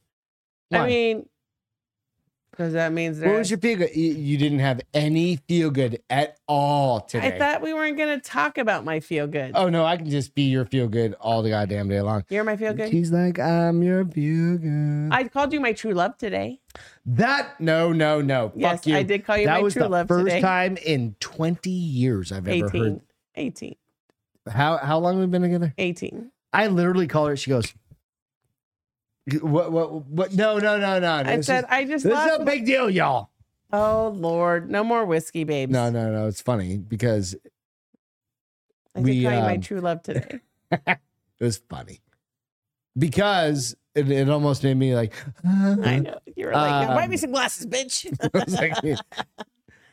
S3: I
S2: Why?
S3: mean, because that means
S2: What
S3: there's.
S2: was your feel good? You, you didn't have any feel good at all today.
S3: I thought we weren't going to talk about my feel good.
S2: oh no, I can just be your feel good all the goddamn day long.
S3: You're my feel good.
S2: She's like, I'm your feel good.
S3: I called you my true love today.
S2: that no, no, no.
S3: yes,
S2: Fuck you.
S3: I did call you
S2: that
S3: my
S2: was
S3: true
S2: the
S3: love
S2: first
S3: today.
S2: time in 20 years I've ever
S3: 18.
S2: heard.
S3: 18.
S2: How how long have we been together?
S3: 18.
S2: I literally call her. She goes, "What? What? What? No, no, no, no."
S3: I
S2: this
S3: said,
S2: is,
S3: I just
S2: "This is
S3: love.
S2: a big deal,
S3: (laughs)
S2: y'all."
S3: oh, Lord. No more whiskey, babes.
S2: No, no, no. It's funny because it
S3: I did
S2: we,
S3: call you my
S2: um,
S3: true love today.
S2: was funny because it, it almost made me like. (laughs)
S3: I know. You were like, now buy me
S2: Um,
S3: some
S2: (laughs)
S3: glasses, bitch. (laughs)
S2: I was like, "Yeah."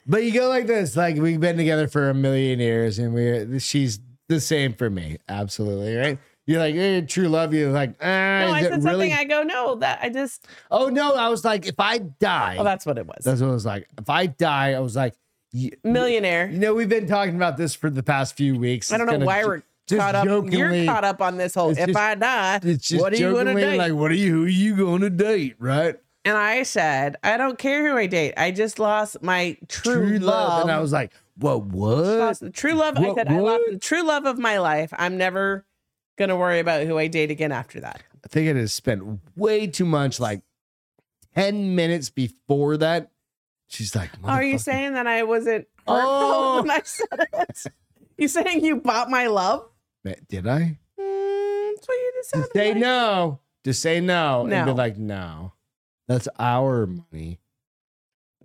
S2: but you go like this, like we've been together for a million years, and we're she's the same for me, absolutely, right? You're like, eh, true love you, like, ah,
S3: no, I
S2: is
S3: said
S2: it really?
S3: something. I go, no, that I just.
S2: oh no, I was like, if I die,
S3: Oh, that's what it was.
S2: that's what I was like. If I die, I was like, y-
S3: (laughs) Millionaire.
S2: you know, we've been talking about this for the past few weeks.
S3: I don't
S2: It's
S3: know
S2: kinda
S3: why
S2: j-
S3: we're
S2: just
S3: caught up. You're
S2: jokingly-
S3: caught up on this whole.
S2: It's
S3: If
S2: just-
S3: I die,
S2: It's just
S3: what do you want to
S2: jokingly
S3: do?
S2: like, what are you? Who are you going to date? Right?
S3: And I said, I don't care who I date. I just lost my true,
S2: True
S3: love.
S2: love. And I was like, what? What?
S3: lost the true love. I
S2: What-
S3: said, I lost
S2: what?
S3: the true love of my life. I'm never gonna worry about who I date again after that.
S2: I think I just spent way too much, like 10 minutes before that. She's like,
S3: Are you
S2: "Motherfucker."
S3: saying that I wasn't hurtful
S2: Oh.
S3: when I said
S2: (laughs)
S3: it? you saying you bought my love?
S2: Ma- Did I?
S3: Mm, that's what you just
S2: Just
S3: sounded
S2: say
S3: like.
S2: no. Just say no. And
S3: No.
S2: be like, no, that's our money.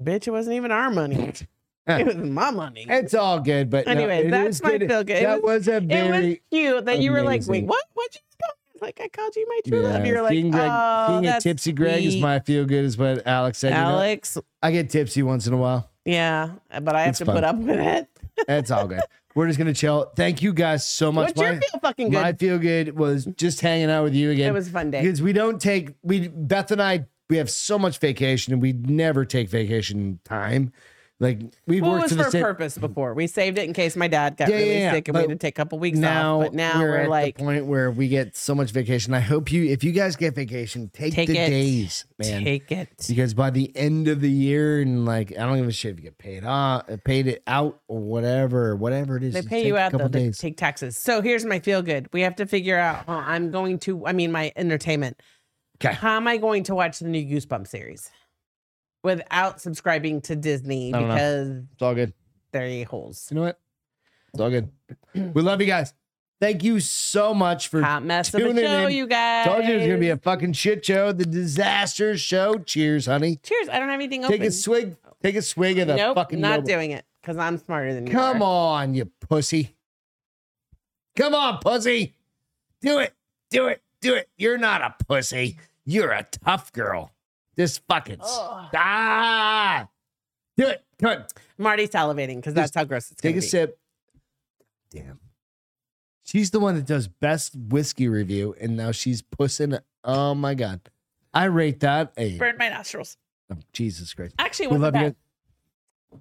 S3: Bitch, it wasn't even our money.
S2: (laughs)
S3: (laughs) it was my money.
S2: It's all good. But no,
S3: Anyway,
S2: it
S3: that's
S2: is
S3: my
S2: good.
S3: feel good. It
S2: That was, a
S3: it
S2: very.
S3: was cute that you were like, wait,
S2: amazing.
S3: what? What'd you call me? Like I called you my true love.
S2: Yeah,
S3: You're like,
S2: King Greg,
S3: oh,
S2: King of
S3: that's
S2: Tipsy Greg is
S3: sweet."
S2: my feel good, is what Alex said. you know?
S3: Alex.
S2: I get tipsy once in a while.
S3: Yeah, but I have
S2: It's
S3: to
S2: fun.
S3: put up with it.
S2: That's all good. We're just gonna chill. Thank you guys so much.
S3: What's your
S2: My,
S3: feel fucking good?
S2: my feel good was just hanging out with you again.
S3: it was a fun day.
S2: because we don't take we Beth and I we have so much vacation and we never take vacation time. Like we've
S3: Well, it
S2: worked
S3: was
S2: to
S3: for
S2: the
S3: a
S2: same
S3: purpose before. We saved it in case my dad got
S2: Yeah,
S3: really
S2: yeah, yeah,
S3: sick and we had
S2: but
S3: to take a couple weeks
S2: now.
S3: off. But now we're,
S2: at
S3: like,
S2: the point where we get so much vacation. I hope you if you guys get vacation, take,
S3: Take
S2: the
S3: it.
S2: days, man.
S3: take it.
S2: because by the end of the year and like I don't give a shit if you get paid off, paid it out or whatever, whatever it is.
S3: They
S2: just
S3: pay
S2: take
S3: you
S2: a
S3: out though.
S2: couple
S3: They
S2: days.
S3: take taxes. So here's my feel good. We have to figure out. Uh, I'm going to. I mean, my entertainment.
S2: 'Kay.
S3: How am I going to watch the new Goosebump series without subscribing to Disney?
S2: I don't know.
S3: Because
S2: it's all good.
S3: they're a holes.
S2: You know what? It's all
S3: (clears throat)
S2: good. we love you guys. Thank you so much for
S3: Hot mess of a
S2: tuning
S3: show,
S2: in.
S3: you guys.
S2: Told you it was gonna be a fucking shit show. The disaster show. Cheers, honey.
S3: cheers. I don't have anything
S2: Take
S3: open.
S2: a swig. Take a swig of the
S3: nope,
S2: fucking.
S3: not
S2: Noble.
S3: doing it because I'm smarter than you.
S2: Come
S3: are.
S2: on, you pussy. Come on, pussy. Do it. Do it. Do it. You're not a pussy. You're a tough girl. Just fucking
S3: Ugh.
S2: ah. Do it. Come on.
S3: I'm already salivating because that's how gross it's
S2: Take
S3: gonna
S2: a
S3: be.
S2: sip. Damn. She's the one that does best whiskey review, and now she's pussing. Oh my god. I rate that a
S3: Burned my nostrils.
S2: oh, Jesus Christ.
S3: Actually, it
S2: We
S3: wasn't
S2: love you
S3: bad.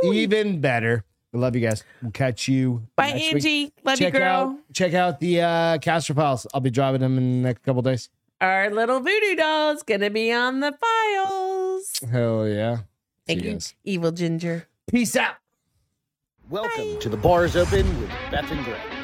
S3: Whew.
S2: Even better. We love you guys. We'll catch you.
S3: Bye,
S2: next week.
S3: Angie. Love you,
S2: check
S3: girl.
S2: out check out the uh Castro Palace. I'll be driving them in the next couple days.
S3: Our little voodoo doll's gonna be on the files.
S2: Hell yeah.
S3: Thank
S2: See
S3: you,
S2: guys.
S3: evil ginger.
S2: Peace out.
S1: Welcome to the Bars Open with Beth and Greg.